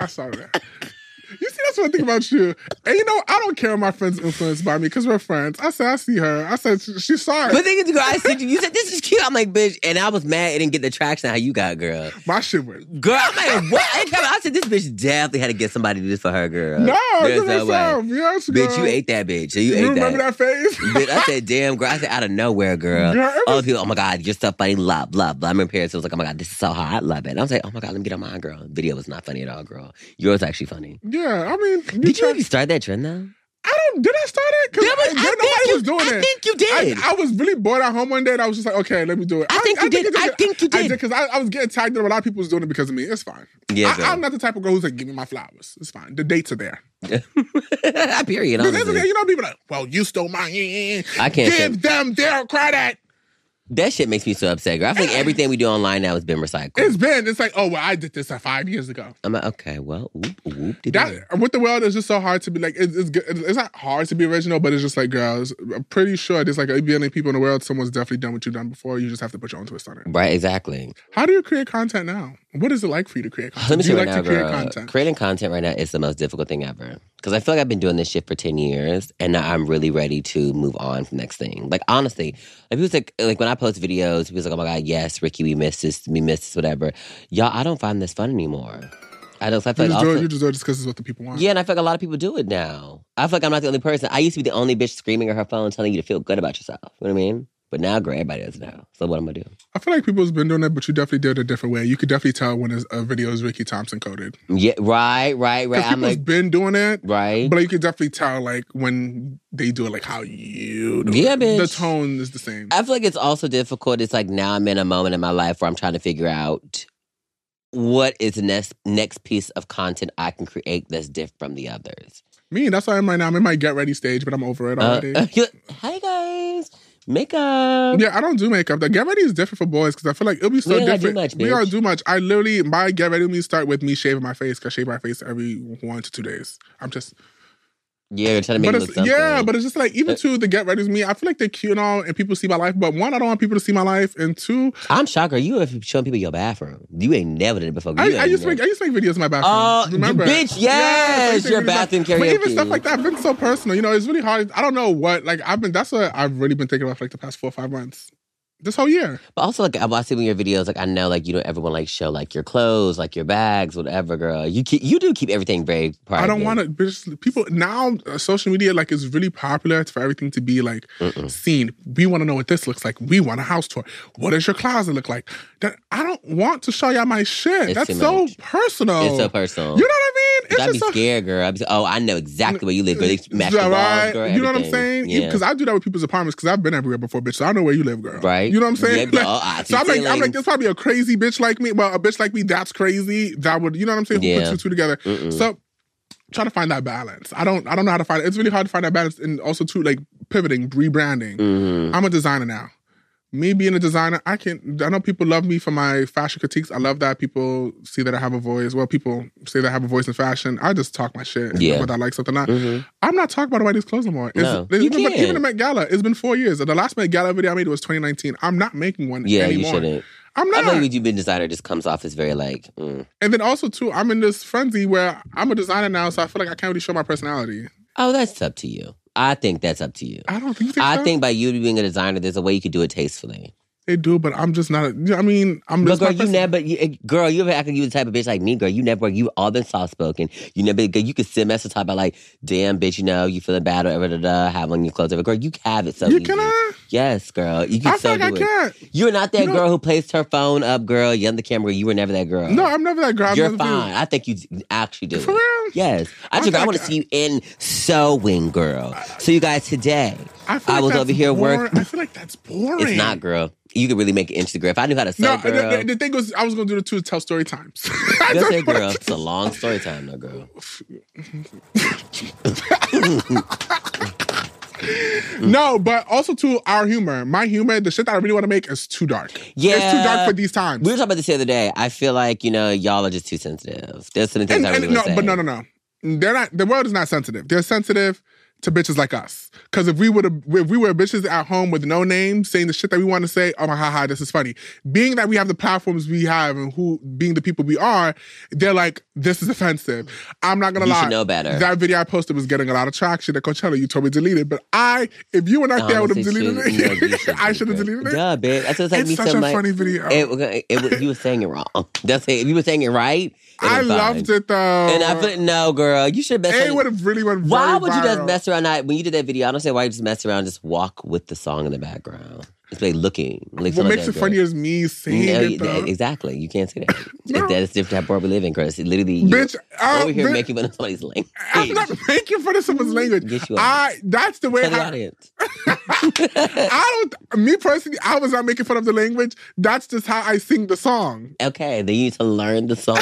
I saw that. You see, that's what I think about you. And you know, I don't care if my friends influenced by me because we're friends. I said, I see her. I said, she- she's sorry. But the thing is, girl, I said you. You said this is cute. I'm like, bitch, and I was mad. It didn't get the traction how you got, girl. My shit went. Girl, I'm like, what? I, kept- I said this bitch definitely had to get somebody to do this for her, girl. No, there's you no myself. way. Yes, girl. Bitch, you ate that bitch. You, You ate remember that, that. face? bitch, I said, damn, girl. I said, out of nowhere, girl. Girl, it All was- the people, oh my God, your stuff funny. Love, love, love. I remember Paris was like, oh my God, this is so hot. I love it. And I was like, oh my God, let me get on mine, girl. Video was not funny at all, girl. Yours actually funny. yeah, I mean, you um, Did you tried- really start that trend though? I I did I start it? Because There was- I nobody think you- was doing I it. think you did. I, I was really bored at home one day, and I was just like, okay, let me do it. I think you did. I think you I did. because I, I was getting tagged in. A lot of people was doing it because of me. It's fine. Yeah, I, I'm not the type of girl who's like, give me my flowers. It's fine. The dates are there. girl. Period. Because that's the thing, honestly. you know, people are like, well, you stole mine. I can't give them their credit. That shit makes me so upset, girl. I think everything we do online now has been recycled. It's been. It's like, oh well, I did this uh, five years ago. I'm like, okay, well, whoop, whoop, did That with the world is just so hard to be like. It's it's, good- it's not hard to be original, but it's just like, girls. I'm pretty sure there's like a billion people in the world. Someone's definitely done what you've done before. You just have to put your own twist on it. Right, exactly. How do you create content now? What is it like for you to create content? Let me do tell you you like right now, to create girl. content? Creating content right now is the most difficult thing ever. Because I feel like I've been doing this shit for 10 years and now I'm really ready to move on to the next thing. Like, honestly, like, people like, like when I post videos, people's like, oh my God, yes, Ricky, we missed this, we missed this, whatever. Y'all, I don't find this fun anymore. I don't, so I you, feel just like do also- it, you just do it just because it's what the people want. Yeah, and I feel like a lot of people do it now. I feel like I'm not the only person. I used to be the only bitch screaming at her phone telling you to feel good about yourself. You know what I mean? But now, girl, everybody does it now. So what am I gonna do? I feel like people's been doing it, but you definitely did it a different way. You could definitely tell when a a video is Ricky Thompson coded. Yeah, right, right, right. Because I'm people's like, been doing it, right. but you could definitely tell like when they do it, like how you do Yeah, it. bitch. The tone is the same. I feel like it's also difficult. It's like now I'm in a moment in my life where I'm trying to figure out what is the next next piece of content I can create that's different from the others. Me, that's why I'm right now. I'm in my get ready stage, but I'm over it Uh, already. you're like, Hi guys, makeup. yeah, I don't do makeup. The get ready is different for boys because I feel like it'll be so We don't gotta do different. much, we bitch. don't do much. I literally my get ready me start with me shaving my face because I shave my face every one to two days. I'm just, Yeah, you're trying to make but it look it's, something. yeah, but it's just like even Uh, to the get ready me. I feel like they're cute and all, and people see my life. But one, I don't want people to see my life, and two, I'm shocked. Are you have showing people your bathroom? You ain't never did it before. You I, I ain't used to never- make I used to make videos in my bathroom. Oh, you Remember? bitch, yes, I used to your make videos in my- bathroom But even karaoke. stuff like that, I've been so personal. You know, it's really hard. I don't know what. Like I've been. That's what I've really been thinking about for like the past four or five months. This whole year. But also, like, I've seen in your videos, like, I know, like, you don't ever want to, like, show, like, your clothes, like, your bags, whatever, girl. You keep, you do keep everything very private. I don't want to. bitch People now, uh, social media like is really popular for everything to be like Mm-mm. seen. We want to know what this looks like. We want a house tour. What does your closet look like? That I don't want to show y'all my shit. It's That's too so much. personal. It's so personal. You know what I mean? It's I'd be so- scared, girl. I'd be, oh, I know exactly where you live, girl. They match the Yeah, walls, right? girl. You know what I'm everything. saying? Yeah. Because I do that with people's apartments because I've been everywhere before, bitch. So I know where you live, girl. Right. You know what I'm saying? Yeah, be like, oh, I so I'm see like, I'm like, ceilings. there's probably a crazy bitch like me. Well, a bitch like me, that's crazy. That would, you know what I'm saying? Who put Yeah. two and two together? Mm-mm. So try to find that balance. I don't, I don't know how to find it. It's really hard to find that balance, and also too like pivoting, rebranding. Mhm. I'm a designer now. Me being a designer, I can. I know people love me for my fashion critiques. I love that people see that I have a voice. Well, people say that I have a voice in fashion. I just talk my shit. and Yeah. Whether I like something or not. Mhm. I'm not talking about the way these clothes no more. It's, No, it's you even, but can't. even the Met Gala, it's been four years. The last Met Gala video I made was 2019. I'm not making one Yeah, anymore. you shouldn't. I'm I not. feel like you've been designer just comes off as very, like, mm. and then also too, I'm in this frenzy where I'm a designer now, so I feel like I can't really show my personality. oh, that's up to you. I think that's up to you. I don't think. I so? think by you being a designer, there's a way you could do it tastefully. they do, but I'm just not. A, you know what I mean, I'm But just. girl, my you person- never, you, eh, girl, you ever act like you the type of bitch like me, girl. You never, you all been soft spoken. You never, girl, you could send mess talk about like, damn, bitch, you know, you feeling bad or whatever, da, da, have on your clothes, whatever. Girl, you have it so you easy. can. I, Yes, girl, you can I so feel do like I it. can't. You're not that You know- girl who placed her phone up, girl. You're on the camera. You were never that girl. No, I'm never that girl. I'm you're never fine. I think you actually do. For it. real? Yes, I I just, I think want to I- see you in sewing, girl. So you guys today, I, feel I like was that's over here boring. work- I feel like that's boring. it's not, girl. You could really make an Instagram. If I knew how to sew, No, girl. the, the- the thing was, I was gonna do the two to tell story times. I That's just it, wanna- girl. It's a long story time, though, girl. Mm. No, but also to our humor. My humor, the shit that I really want to make is too dark. Yeah. It's too dark for these times. We were talking about this the other day. I feel like, you know, y'all are just too sensitive. There's some things and, I really and no, wanna say. but no, no, no. They're not the world is not sensitive. They're sensitive to bitches like us. Cause if we would have if we were bitches at home with no name saying the shit that we want to say, oh my haha, this is funny. Being that we have the platforms we have and who being the people we are, they're like, this is offensive. I'm not gonna You lie. should know better. That video I posted was getting a lot of traction at Coachella. You told me to delete it, but I, if you were not there, I would have Honestly, deleted should- no, you it. should I do should have that. deleted it. Duh, bitch. That's what it's like It's me such so a much. funny video. It, it, was you were saying it wrong. That's it. If you were saying it right, it I was fine. loved it though. And I put no, girl. You should have it been. would have really went. Why very would you just viral. mess around? Not, when you did that video, I don't say why you just mess around. Just walk with the song in the background. It's like looking. what Like something makes like it that, Mm, funnier girl. is me saying No, it you- though. that- exactly. You can't say that. No. That- That's the different type of world we live in, Chris. Literally, you Bitch, I'm, over here bitch, making fun of somebody's language. I'm not making fun of someone's language. Yes, Mm-hmm. you are. I that's the way Tell the I, audience. I don't me personally, I was not making fun of the language. That's just how I sing the song. Okay, then you need to learn the song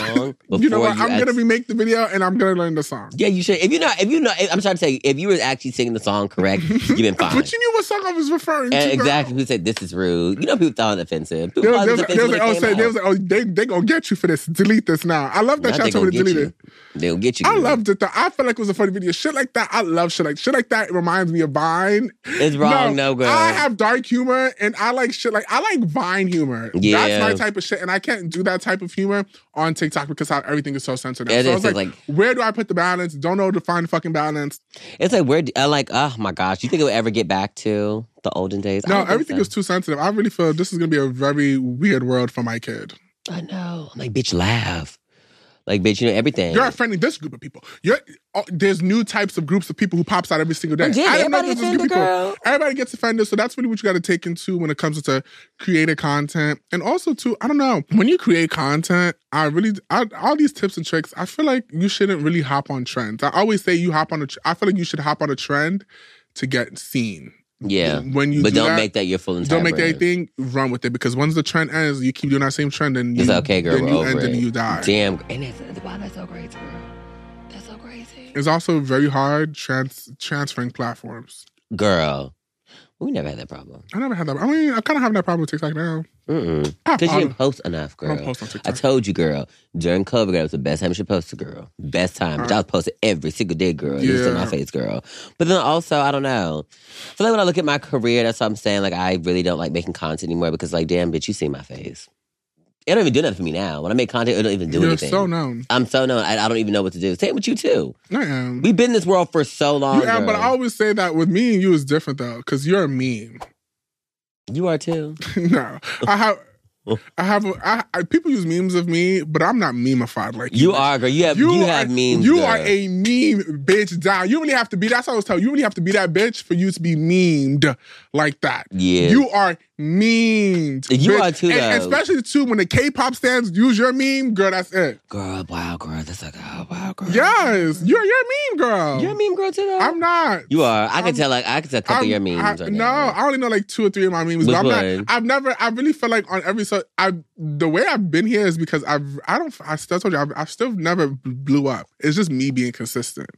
before you know what? I'm act- gonna remake the video and I'm gonna learn the song. Yeah, you should. If you're not, if you know, I'm trying to tell you, if you were actually singing the song correct, you've been fine. But you knew what song I was referring And to. girl. Eh, exactly. People said this is rude. You know, people thought it offensive. People They was, thought they it was, was they was like, oh, offensive when it say, came they out. was like, oh, they they gonna get you for this. Delete this now. I love that Now y'all they told me gonna to get delete you. Mm-hmm. it. They'll get you. I loved it though. I feel like it was a funny video. Shit like that, I love shit like shit like that. It reminds me of Vine. It's wrong, no, girl. I have dark humor and I like shit like I like Vine humor. Yeah. That's my type of shit, and I can't do that type of humor on TikTok because how everything is so sensitive. It so I is, was it's like, like- where do I put the balance? Don't know to find the fucking balance. It's like we're I'm like, oh my gosh, you think it would ever get back to the olden days? I No, don't think everything so. is too sensitive. I really feel this is gonna be a very weird world for my kid. I know. I'm like, bitch, laugh. Like, bitch, you know everything. You're offending this group of people. You're oh, there's new types of groups of people who pops out every single day. Legit, didn't everybody was offended, girl. Everybody gets offended, so that's really what you got to take into when it comes to creator content, and also too. I don't know when you create content. I really I, all these tips and tricks. I feel like you shouldn't really hop on trends. I always say you hop on a. tr- I feel like you should hop on a trend to get seen. Yeah. When you But do don't that, make that your full entire don't make brand. that thing run with it because once the trend ends, you keep doing that same trend, and you, It's okay, girl. then we're you over end it. and you die. Damn. And that's, wow, that's so crazy, girl. That's so crazy. It's also very hard trans transferring platforms. Girl, we never had that problem. I never had that. I mean, I kind of have that problem with TikTok now. Mm-mm. I, Because you follow- didn't post enough, I girl. don't post on I TikTok. told you, girl, during COVID, girl, it was the best time you should post a girl. Best time. But I was posting every single day, girl. You was in Yeah. my face, girl. But then also, I don't know. I feel like when I look at my career, that's what I'm saying. Like, I really don't like making content anymore because, like, damn, bitch, you see my face. It don't even do nothing for me now. When I make content, it don't even do You're anything. so known. I'm so known. I, I don't even know what to do. Same with you, too. I am. We've been in this world for so long. you am, but girl. I always say that with me and you is different though, because you're a meme. you are, too. no, I have. I have a- I I- people use memes of me, but I'm not memeified like you. You are, girl. You have, you have memes. You girl. are a meme, bitch. Down. You really have to be. That's what I was telling you. You really have to be that bitch for you to be memed like that. Yeah. You are memed. You bitch. are too, And- and though. especially too when the K-pop stands use your meme, girl. That's it. Girl, wow, girl. That's like, oh, wow, girl. Yes, you're you're a meme, girl. You're a meme girl, too, though. I'm not. You are. I I'm- can tell. Like I can tell a couple of your I'm- memes. I, right no, now. I only know like two or three of my memes. Which But I'm one? not. I've never. I really feel like on every so I the way I've been here is because I've I don't I still told you I've, I've still never blew up. It's just me being consistent.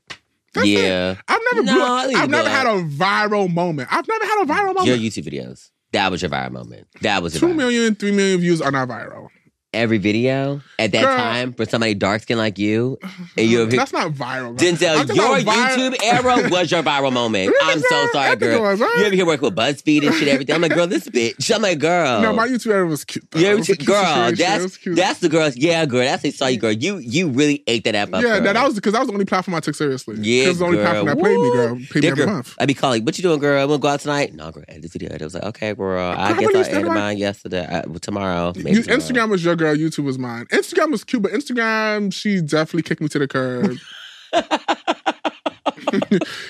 That's it. yeah, I've never No, blew I up. think you I've never blew had up. a viral moment. I've never had a viral your moment. YouTube videos. That was your viral moment. That was your Two viral. million, three million views are not viral. every video at that Girl. time for somebody dark skinned like you. And you have That's not viral. bro. I'm Denzel, talking your about vir- YouTube era was your viral moment. I'm so Denzel, sorry, that nigga girl. was, right? You ever here working with BuzzFeed and shit, everything. I'm like, girl, this bitch. I'm like, girl. No, my YouTube era was cute. though. Your It was a YouTube, cute girl, situation. It was that's cute. that's the girl. Yeah, girl, that's they saw you, girl. You you really ate that app up. yeah, girl. that, that was because that was the only platform I took seriously. Yeah, it was the only girl. platform that played me, Woo! girl. Paid me Yeah, every girl. month. I'd be calling, what you doing, girl? We'll go out tonight. No, girl, edit this video. I was like, okay, girl, I Girl, guess but you I'll still edit like- mine yesterday, uh, well, tomorrow. Maybe You, tomorrow. Instagram was your girl. YouTube was mine. Instagram was cute, but Instagram, she definitely kicked me to the curb.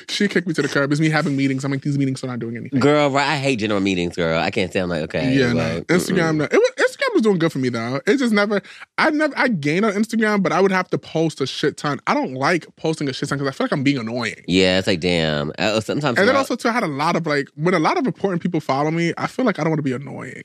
she kicked me to the curb. It's me having meetings. I'm like, these meetings are not doing anything. Girl, right, I hate general meetings, girl. I can't say I'm like, okay. yeah, no. like, Instagram, mm-mm. no. It was, Instagram was doing good for me though. It just never, I never, I gained on Instagram, but I would have to post a shit ton. I don't like posting a shit ton because I feel like I'm being annoying. Yeah, it's like, damn. Uh, sometimes And then girl, also too, I had a lot of like when a lot of important people follow me, I feel like I don't want to be annoying.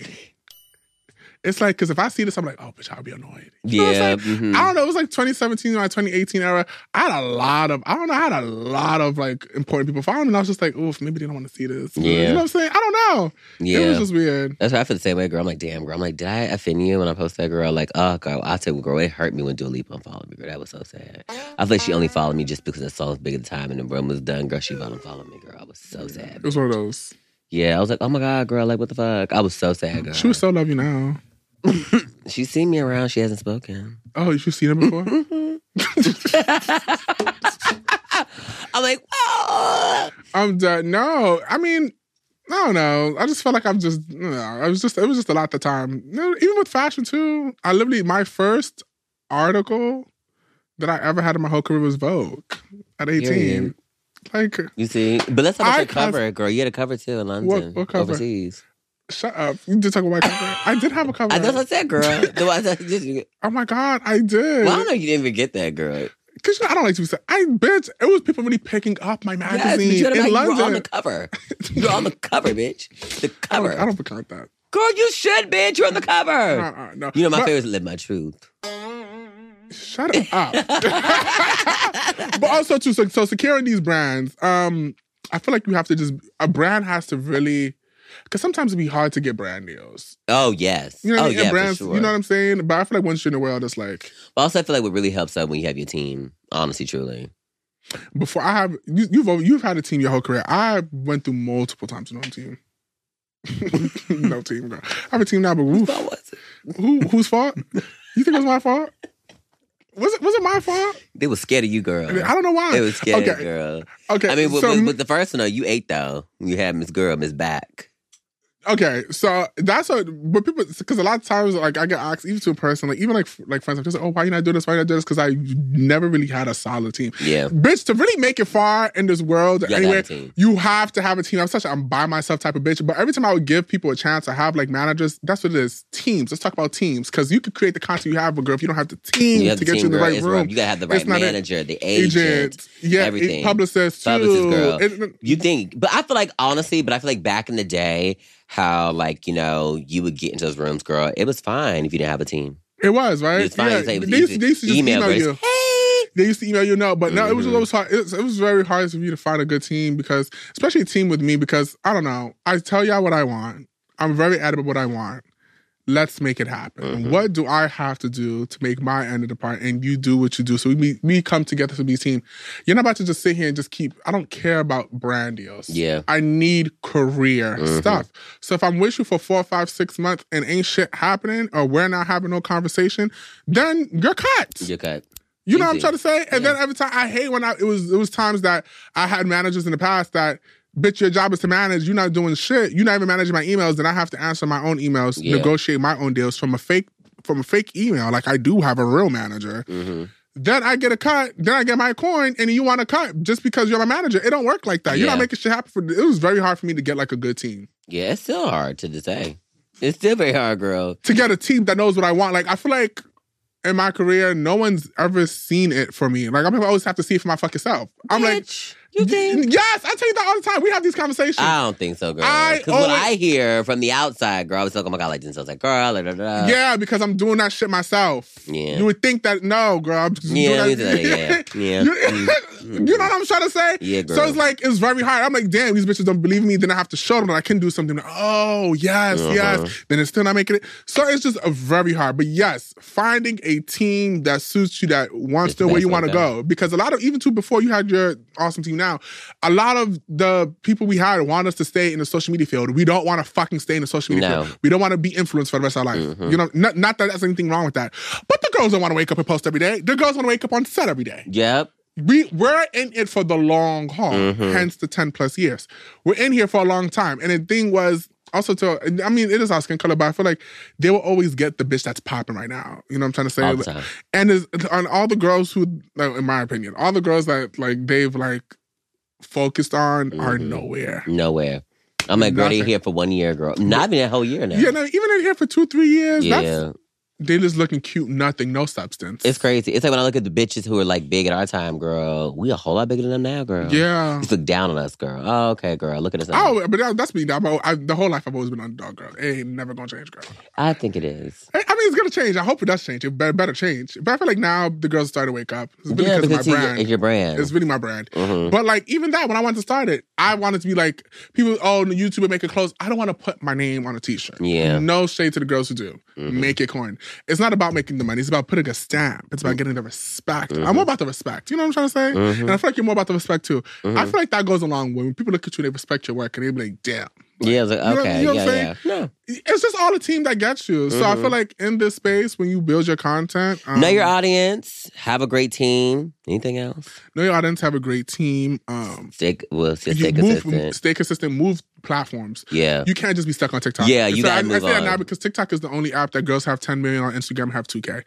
It's like because if I see this, I'm like, oh bitch, I'll be annoyed. You know what I'm yeah. saying? mhm. I don't know. It was like 2017 or 2018 era. I had a lot of, I don't know, I had a lot of like important people following me. And I was just like, oof, maybe they don't want to see this. You Yeah. know what I'm saying? I don't know. It yeah. was just weird. That's why I feel the same way, girl. I'm like, damn, girl. I'm like, did I offend you when I post that girl? Like, oh, girl, I said, girl, it hurt me when Dua Lipa unfollowed me, girl. That was so sad. I feel like she only followed me just because the song was big at the time and the room was done, girl. She unfollowed me, girl. I was so sad. It was one of those. Yeah, I was like, oh my god, girl, like what the fuck? I was so sad, girl. She would so love you now. She's seen me around. She hasn't spoken. Oh, you've seen her before? I'm like, oh. I'm done. No, I mean, I don't know. I just felt like I'm just. No, I was just. It was just a lot the time. No, Even with fashion too. I literally my first article that I ever had in my whole career was Vogue at 18. Period. Like You see, but let's talk about I your cons- cover, girl. You had a cover too in London, what cover? overseas. Shut up. You did talk about my cover. I did have a cover. I that's what I said, girl. The one I said- oh my God, I did. well, I don't know you didn't even get that, girl. Because I don't like to be said. I bitch. It was people really picking up my Yes, but magazine you had a in mag- you were on London. the cover. You were on the cover, bitch. The I cover. don't, I don't pick out that. Girl, you should, bitch. You're on the cover. Uh-uh, no. You know, my But- favorite is Live My Truth. Shut up. but also too, so, so securing these brands, um, I feel like you have to just a brand has to really because sometimes it'd be hard to get brand deals. Oh, yes. You know what oh, I mean? And yeah, brands, for sure. you know what I'm saying? But I feel like once you're in the world, it's like But also, I feel like what really helps out when you have your team, honestly, truly. before I have you, you've al- you've had a team your whole career. I went through multiple times with no team. no team, no. I have a team now, but woof. What was it? who whose fault? You think it was my fault? Was it was it my fault? They were scared of you, girl. I, mean, I don't know why. They was scared, Okay. girl. okay, I mean, with, so- with, with the first one, though, you ate, though. You had Miss Girl, Miss Back. Okay, so that's what but people because a lot of times like I get asked even to a person like even like f- like friends I'm just like oh why you not do this why you not do this because I never really had a solid team. Yeah. Bitch, to really make it far in this world You anyway, got a team. you have to have a team. I'm such a I'm by myself type of bitch, but every time I would give people a chance, I have like managers. That's what it is. Teams. Let's talk about teams because you could create the content you have, but girl, if you don't have the team You to have the get you team, in the girl. right It's room, You got to have the It's right not it. manager, the agent. agent, yeah, everything. publicist too. Publicist, girl. It- You think, but I feel like honestly, but I feel like back in the day, how like you know you would get into those rooms, girl. It was fine if you didn't have a team. It was right. It was fine. Yeah, It was they, used, easy. to- they used to just email, Email, girl. you. Hey, They used to email you no, but no, it was Mhm. always hard. It was, it was very hard for you to find a good team because, especially a team with me, because I don't know. I tell y'all what I want. I'm very adamant what I want. Let's make it happen. Mhm. What do I have to do to make my end of the part, and you do what you do? So we meet- we come together to be a team. You're not about to just sit here and just keep. I don't care about brand deals. yeah, I need career Mhm. stuff. So if I'm with you for four, five, six months and ain't shit happening or we're not having no conversation, then you're cut. you're cut. You know what I'm easy. trying to say? And Yeah. then every time I hate when I it was it was times that I had managers in the past that bitch your job is to manage, you're not doing shit, you're not even managing my emails, then I have to answer my own emails, Yeah. negotiate my own deals from a fake from a fake email. Like I do have a real manager. Mm-hmm. Then I get a cut, then I get my coin, and you want a cut just because you're my manager. It don't work like that. You're not Yeah. making shit happen for it was very hard for me to get like a good team. Yeah, it's still hard to say. It's still very hard, girl. to get a team that knows what I want. Like I feel like in my career, no one's ever seen it for me. Like I'm gonna always have to see it for my fucking self. I'm like, Bitch, you think? Ah. yes, I tell you that all the time. We have these conversations. I don't think so, girl. I Because what always- I hear from the outside, girl, I was like, oh my god, like this. I was like, girl, da, da, da. yeah, because I'm doing that shit myself. Yeah. You would think that no, girl. I'm just yeah, we doing did that, yeah, that. yeah, You, Mm. you know what I'm trying to say? yeah, girl. So it's like it's very hard. I'm like, damn, these bitches don't believe me. Then I have to show them that I can do something. Oh yes, Uh-huh. yes. Then it's still not making it. So it's just a very hard. But yes, finding a team that suits you, that wants It's to where best you want to like go. Because a lot of even too before you had your awesome team now, a lot of the people we hired want us to stay in the social media field. We don't want to fucking stay in the social media No. field. We don't want to be influenced for the rest of our life. Mhm. You know, not, not that there's anything wrong with that. But the girls don't want to wake up and post every day. The girls want to wake up on set every day yep. we we're in it for the long haul, Mhm. hence the ten plus years. We're in here for a long time, and the thing was also to and I mean it is our skin color, but I feel like they will always get the bitch that's popping right now. You know what I'm trying to say? All the time. and is on all the girls who, like, in my opinion, all the girls that like they've like focused on are Mhm. nowhere. Nowhere. I'm like, girl, they Nothing. here for one year, girl. Not even a whole year now. Yeah, no, even in here for two three years, that's yeah. they just looking cute, nothing, no substance. It's crazy. It's like when I look at the bitches who are like big at our time, girl. We a whole lot bigger than them now, girl. yeah. Just look down on us, girl. Oh, okay, girl. Look at us now. Oh, but that- that's me. now. I'm al- I, the whole life I've always been underdog girl. It ain't never gonna change, girl. I think it is. I I mean, it's gonna change. I hope it does change. It better, better change. But I feel like now the girls are starting to wake up. It's really yeah, because because of my it's your- brand. it's your brand. It's really my brand. Mhm. But like even that, when I wanted to start it, I wanted to be like people. Oh, the YouTuber make it close. I don't want to put my name on a T-shirt. Yeah. Mm-hmm. No shade to the girls who do. Make it coin. It's not about making the money. It's about putting a stamp. It's about Mm-hmm. getting the respect. I'm more about the respect. You know what I'm trying to say? And I feel like you're more about the respect too. Mm-hmm. I feel like that goes a long way. When people look at you, they respect your work, and they be like, "Damn." yeah, it's like, know- okay, you know what yeah, I'm yeah. No. it's just all the team that gets you. So I Mhm. feel like in this space, when you build your content, um, know your audience. Have a great team. Anything else? know your audience, have a great team. Um, Stick. Well, stay you move, consistent. stay consistent, move platforms. Yeah. You can't just be stuck on TikTok. Yeah, you so I, gotta I move say that on. now because TikTok is the only app that girls have 10 million on Instagram have 2K.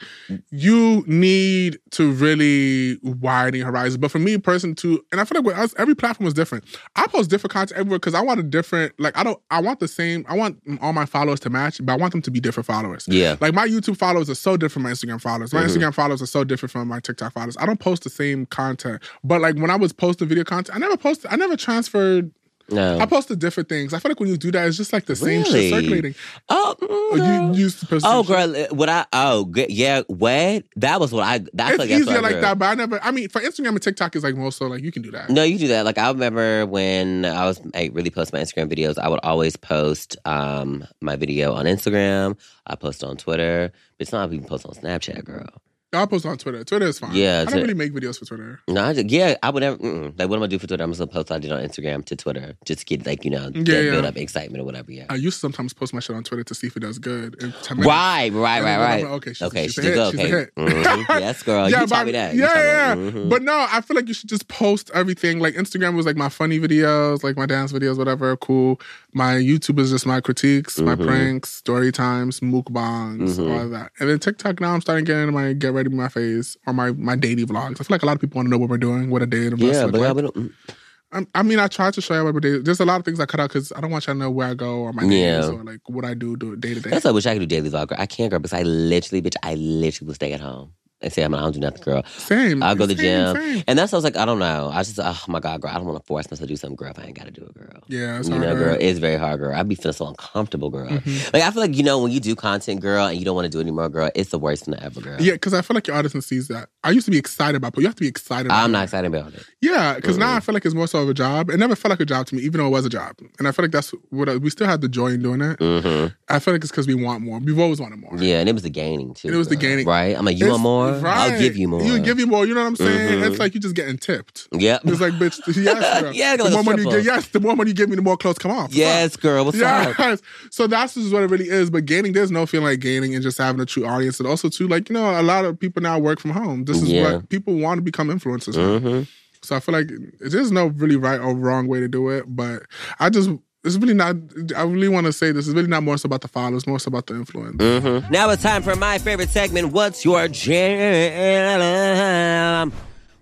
You need to really widen your horizons. But for me, person too, and I feel like with us, every platform is different. I post different content everywhere because I want a different, like I don't, I want the same, I want all my followers to match, but I want them to be different followers. Yeah. Like my YouTube followers are so different from my Instagram followers. My Mhm. Instagram followers are so different from my TikTok followers. I don't post the same content. But like when I was posting video content, I never posted I never transferred I No. posted different things. I feel like when you do that, it's just like the same Oh. Really? shit circulating. Oh. Or mm, girl. You, you used to post Oh some shit. girl, uh, what I oh g- yeah, what that was what I that's It's like that's what easier I like grew. that, but I never. I mean, for Instagram and TikTok is like more so like you can do that. No, you do that. Like I remember when I was I really post my Instagram videos. I would always post um my video on Instagram. I post on Twitter, but it's not even post on Snapchat, girl. I'll post on Twitter. Twitter is fine. Yeah, I it's a- don't really make videos for Twitter. No, I just, yeah, I would never. Mm, like, what am I do for Twitter? I'm just gonna post what I did on Instagram to Twitter, just to get like you know, to Yeah, yeah. build up excitement or whatever. Yeah. I used to sometimes post my shit on Twitter to see if it does good. In 10 minutes. Right, right, And then right, I'm right. like, okay, she's, Okay, she's, she's a hit. good. She's Okay, a hit. Mhm. yes, girl. Yeah, you but- taught me that. You yeah, taught me- yeah. mhm. But no, I feel like you should just post everything. Like Instagram was like my funny videos, like my dance videos, whatever. Cool. My YouTube is just my critiques, my Mhm. pranks, story times, mukbangs, Mhm. all of that. And then TikTok now, I'm starting getting into my get ready with my face or my my daily vlogs. I feel like a lot of people want to know what we're doing, what a day in the yeah, but yeah, like. we don't. I, I mean, I try to show you every day. There's a lot of things I cut out because I don't want y'all to know where I go or my days Yeah. or like what I do do day to day. That's what I wish I could do daily vlog. Girl. I can't, girl, because I literally, bitch, I literally will stay at home and say I'm not, I don't do nothing, girl. Same. I'll go to the Same, gym. same. And that's what I was like, I don't know. I just, oh my god, girl, I don't want to force myself to do something, girl. If I ain't got to do it, girl. Yeah, that's you how I know, girl, heard. it's very hard, girl. I'd be feeling so uncomfortable, girl. Mhm. Like I feel like you know when you do content, girl, and you don't want to do it anymore, girl. It's the worst thing ever, girl. Yeah, because I feel like your audience sees that. I used to be excited about, but you have to be excited. About I'm not it. excited about it. Yeah, because now Mm. I feel like it's more so of a job. It never felt like a job to me, even though it was a job. And I feel like that's what I, we still had the joy in doing it. Mm-hmm. I feel like it's because we want more. We've always wanted more. Yeah, and it was the gaining too. And it was the girl, gaining. right? I'm like, you It's- want more? I'll right. give you more. You give you more. You know what I'm saying? Mhm. It's like you're just getting tipped. Yep. It's like, bitch, yes, girl. Yeah, like the a more money you stripper. give, yes, the more money you give me, the more clothes come off. Yes, girl. What's up? Yes. So that's just what it really is. But gaining, there's no feeling like gaining and just having a true audience. And also, too, like, you know, a lot of people now work from home. This is Yeah. what people want to become influencers. for. Mm-hmm. So I feel like there's no really right or wrong way to do it. But I just, it's really not, I really want to say this is really not more so about the followers, more so about the influence. Mm-hmm. Now it's time for my favorite segment. What's your jam?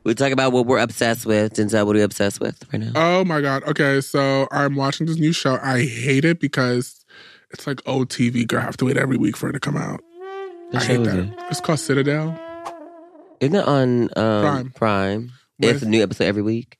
We talk about what we're obsessed with. Denzel, what are you obsessed with right now? Oh my God. Okay. So I'm watching this new show. I hate it because it's like old TV, girl. I have to wait every week for it to come out. What I show hate is that. it? It's called Citadel. Isn't it on um, Prime? Prime. It's With- a new episode every week.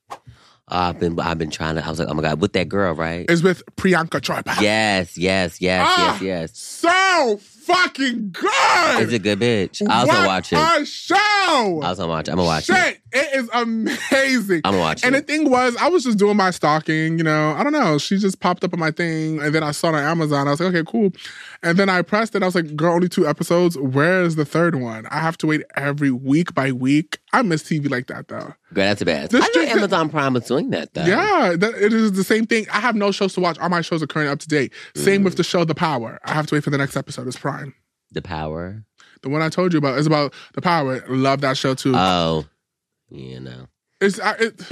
I've been I've been trying to. I was like, oh my god, with that girl, right? It's with Priyanka Chopra. Yes, yes, yes, Ah! yes, So fucking yes. good. It's a good bitch. I was gonna What watch it. I A show. was gonna watch it. I'm gonna watch it. Shit, it is amazing. I'm gonna watch And the it. thing was, I was just doing my stalking, you know. I don't know. She just popped up on my thing, and then I saw it on Amazon. I was like, okay, cool. And then I pressed it. I was like, girl, only two episodes. Where is the third one? I have to wait every week by week. I miss TV like that though. Girl, that's the best. This I know just- Amazon Prime is doing that though. Yeah, that, it is the same thing. I have no shows to watch. All my shows are current up to date. Mm. Same with the show The Power. I have to wait for the next episode. It's Prime. The power. The one I told you about is about The Power. Love that show too. Oh, you know. it's I, it,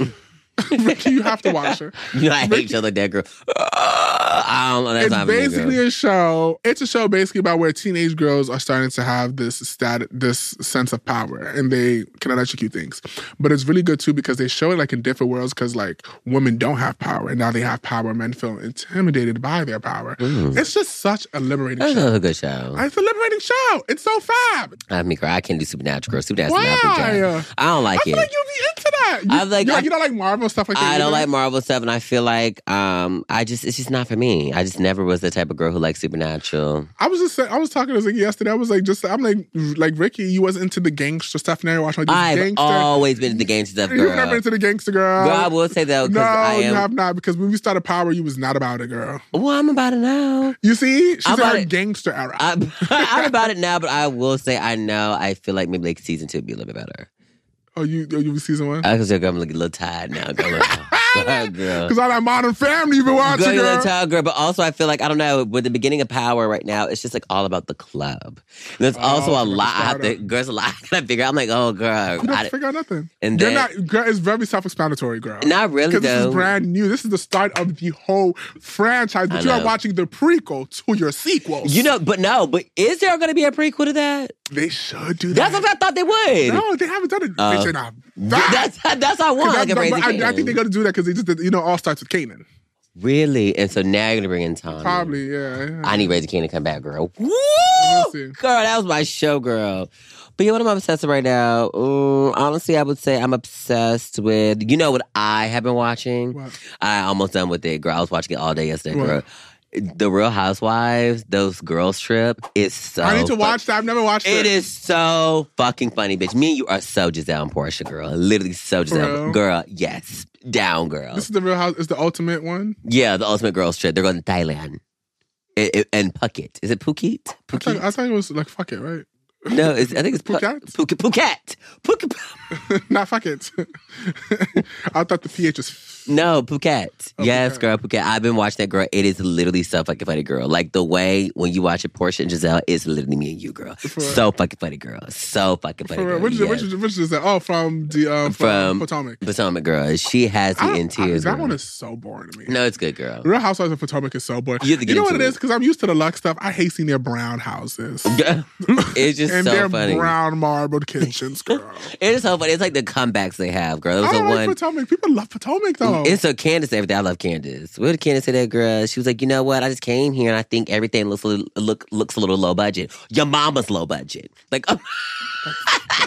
Ricky, you have to watch it. You know, I hate Ricky- each other. That girl. Uh, I don't know. That's it's not me, basically girl. a show. It's a show basically about where teenage girls are starting to have this stat, this sense of power, and they can electrocute things. But it's really good too because they show it like in different worlds because like women don't have power and now they have power. Men feel intimidated by their power. Mm. It's just such a liberating That's show. a good show. It's a liberating show. It's so fab. I mean, girl, I can't do Supernatural. Girl, Supernatural. is my Why? thing. I don't I like it. feel like you'll be into that. You, I like- you, I- you don't like Marvel stuff like that. I either? don't like Marvel stuff, and I feel like um, I just it's just not for me. I just never was the type of girl who likes supernatural. I was just saying, I was talking to like yesterday. I was like, just I'm like, like Ricky, you was into the gangster stuff. Now you're watching like this I've gangster. always been into gangster stuff, girl. You've never into the gangster girl. girl, I will say though, no, because I you am. have not. Because when we started Power, you was not about it, girl. Well, I'm about it now. You see, she's I'm in about her it. gangster era. I'm, I'm about it now, but I will say I know. I feel like maybe like season two would be a little bit better. Uh, oh, you, oh, you were season one. I was like, I'm like a little tired now. Girl. fuck, girl. Because all that modern family you've been Girl, watching, you girl. little child girl, but also I feel like I don't know with the beginning of Power right now, it's just like all about the club. And there's Oh, also a it's about lot I have the to, girls a lot I gotta figure. out. I'm like, oh girl, You I don't di- figure out nothing. and You're then not, not, girl, it's very self explanatory, girl. really Because this though. is brand new. This is the start of the whole franchise, I but you are know. watching the prequel to your sequels. you know, but no, but is there gonna be a prequel to that? they should do that. That's what I thought they would. no, they haven't done it. Oh. they should not. That's that's what I want. Like a That's- crazy but I, I think they're gonna do that because they just did, you know all starts with Kanan. Really? And so now you're gonna bring in Tom. Probably, yeah. yeah. I need Razor King to come back, girl. Woo! We'll see. Girl, that was my show, girl. But yeah, what am I obsessed with right now? Mm, honestly, I would say I'm obsessed with. You know what I have been watching? What? I almost done with it, girl. I was watching it all day yesterday, What? girl. The Real Housewives, those girls trip is so. I need to fuck- watch that. I've never watched it. It is so fucking funny, bitch. Me and you are so Giselle and Portia, girl. Literally so Giselle, real? girl. Yes, down, girl. This is the Real House. It's the ultimate one. Yeah, the ultimate girls trip. They're going to Thailand. I- I- and Phuket. Is it Phuket? I thought, Phuket? I thought it was like fuck it, right? No, it's, I think it's Phu- Phuket? Phuket. Phuket. Phuket. Not fuck it. I thought the ph was. No, Phuket. Oh, yes, Phuket. girl, Phuket. I've been watching that girl. It is literally so fucking funny, girl. Like the way when you watch it, Portia and Giselle, it's literally me and you, girl. For- so fucking funny, girl. So fucking funny, For, girl. real. which, is, yes. which, is, which is that? Oh, from the um, from, From- Potomac. Potomac girl. She has I- me in I- tears. that girl. one is so boring to me. no, it's good, girl. Real Housewives of Potomac is so boring. You have to get know what into it it. is? Because I'm used to the luxe stuff. I hate seeing their brown houses. it's just and so their funny. brown marbled kitchens, girl. It is so funny. It's like the comebacks they have, girl. I There was the don't like one. Potomac. People love Potomac though. It's so Candace everything. I love Candace. What did Candace say that girl? She was like, you know what? I just came here and I think everything looks a little, look looks a little low budget. Your mama's low budget. Like oh,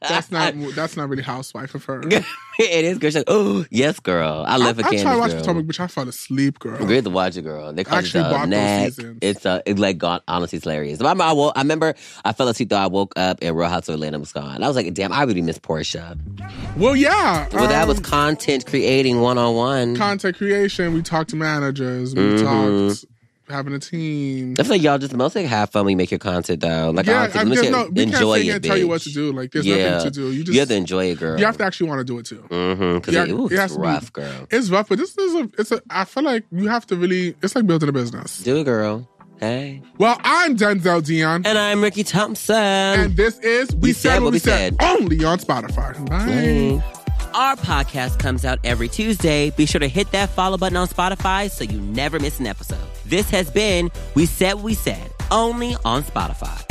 that's not that's not really housewife of her. it is girl. She's like, oh yes, girl. I live I, for Candace. I tried to watch girl. Potomac, but I fell asleep, girl. Great to watch it, girl. They call it Actually the bought those neck. seasons. It's uh, it's like gone. Honestly, it's hilarious. But I, remember I, woke, I remember I fell asleep though. I woke up and Real House of Atlanta was gone. I was like, damn, I really miss Portia. Well, yeah. Well, that um, was content creating one on one. content creation. We talked to managers. We Mhm. talked having a team. I feel like y'all just mostly have fun when you make your content though. Like yeah, honestly, I, let me there's say, no, we can't enjoy sit it, here and tell you what bitch. to do. Like, there's Yeah. nothing to do. You just you have to enjoy it, girl. you have to actually want to do it too. Mm-hmm. Because you it, have- ooh, it has it's to be- rough, girl. It's rough, but this is a. It's a. I feel like you have to really. It's like building a business. Do it, girl. Hey. Well, I'm Denzel Dion, And I'm Ricky Thompson. and this is we, said, what we said, only on Spotify. Mm. Bye. Our podcast comes out every Tuesday. Be sure to hit that follow button on Spotify so you never miss an episode. This has been We Said What We Said, only on Spotify.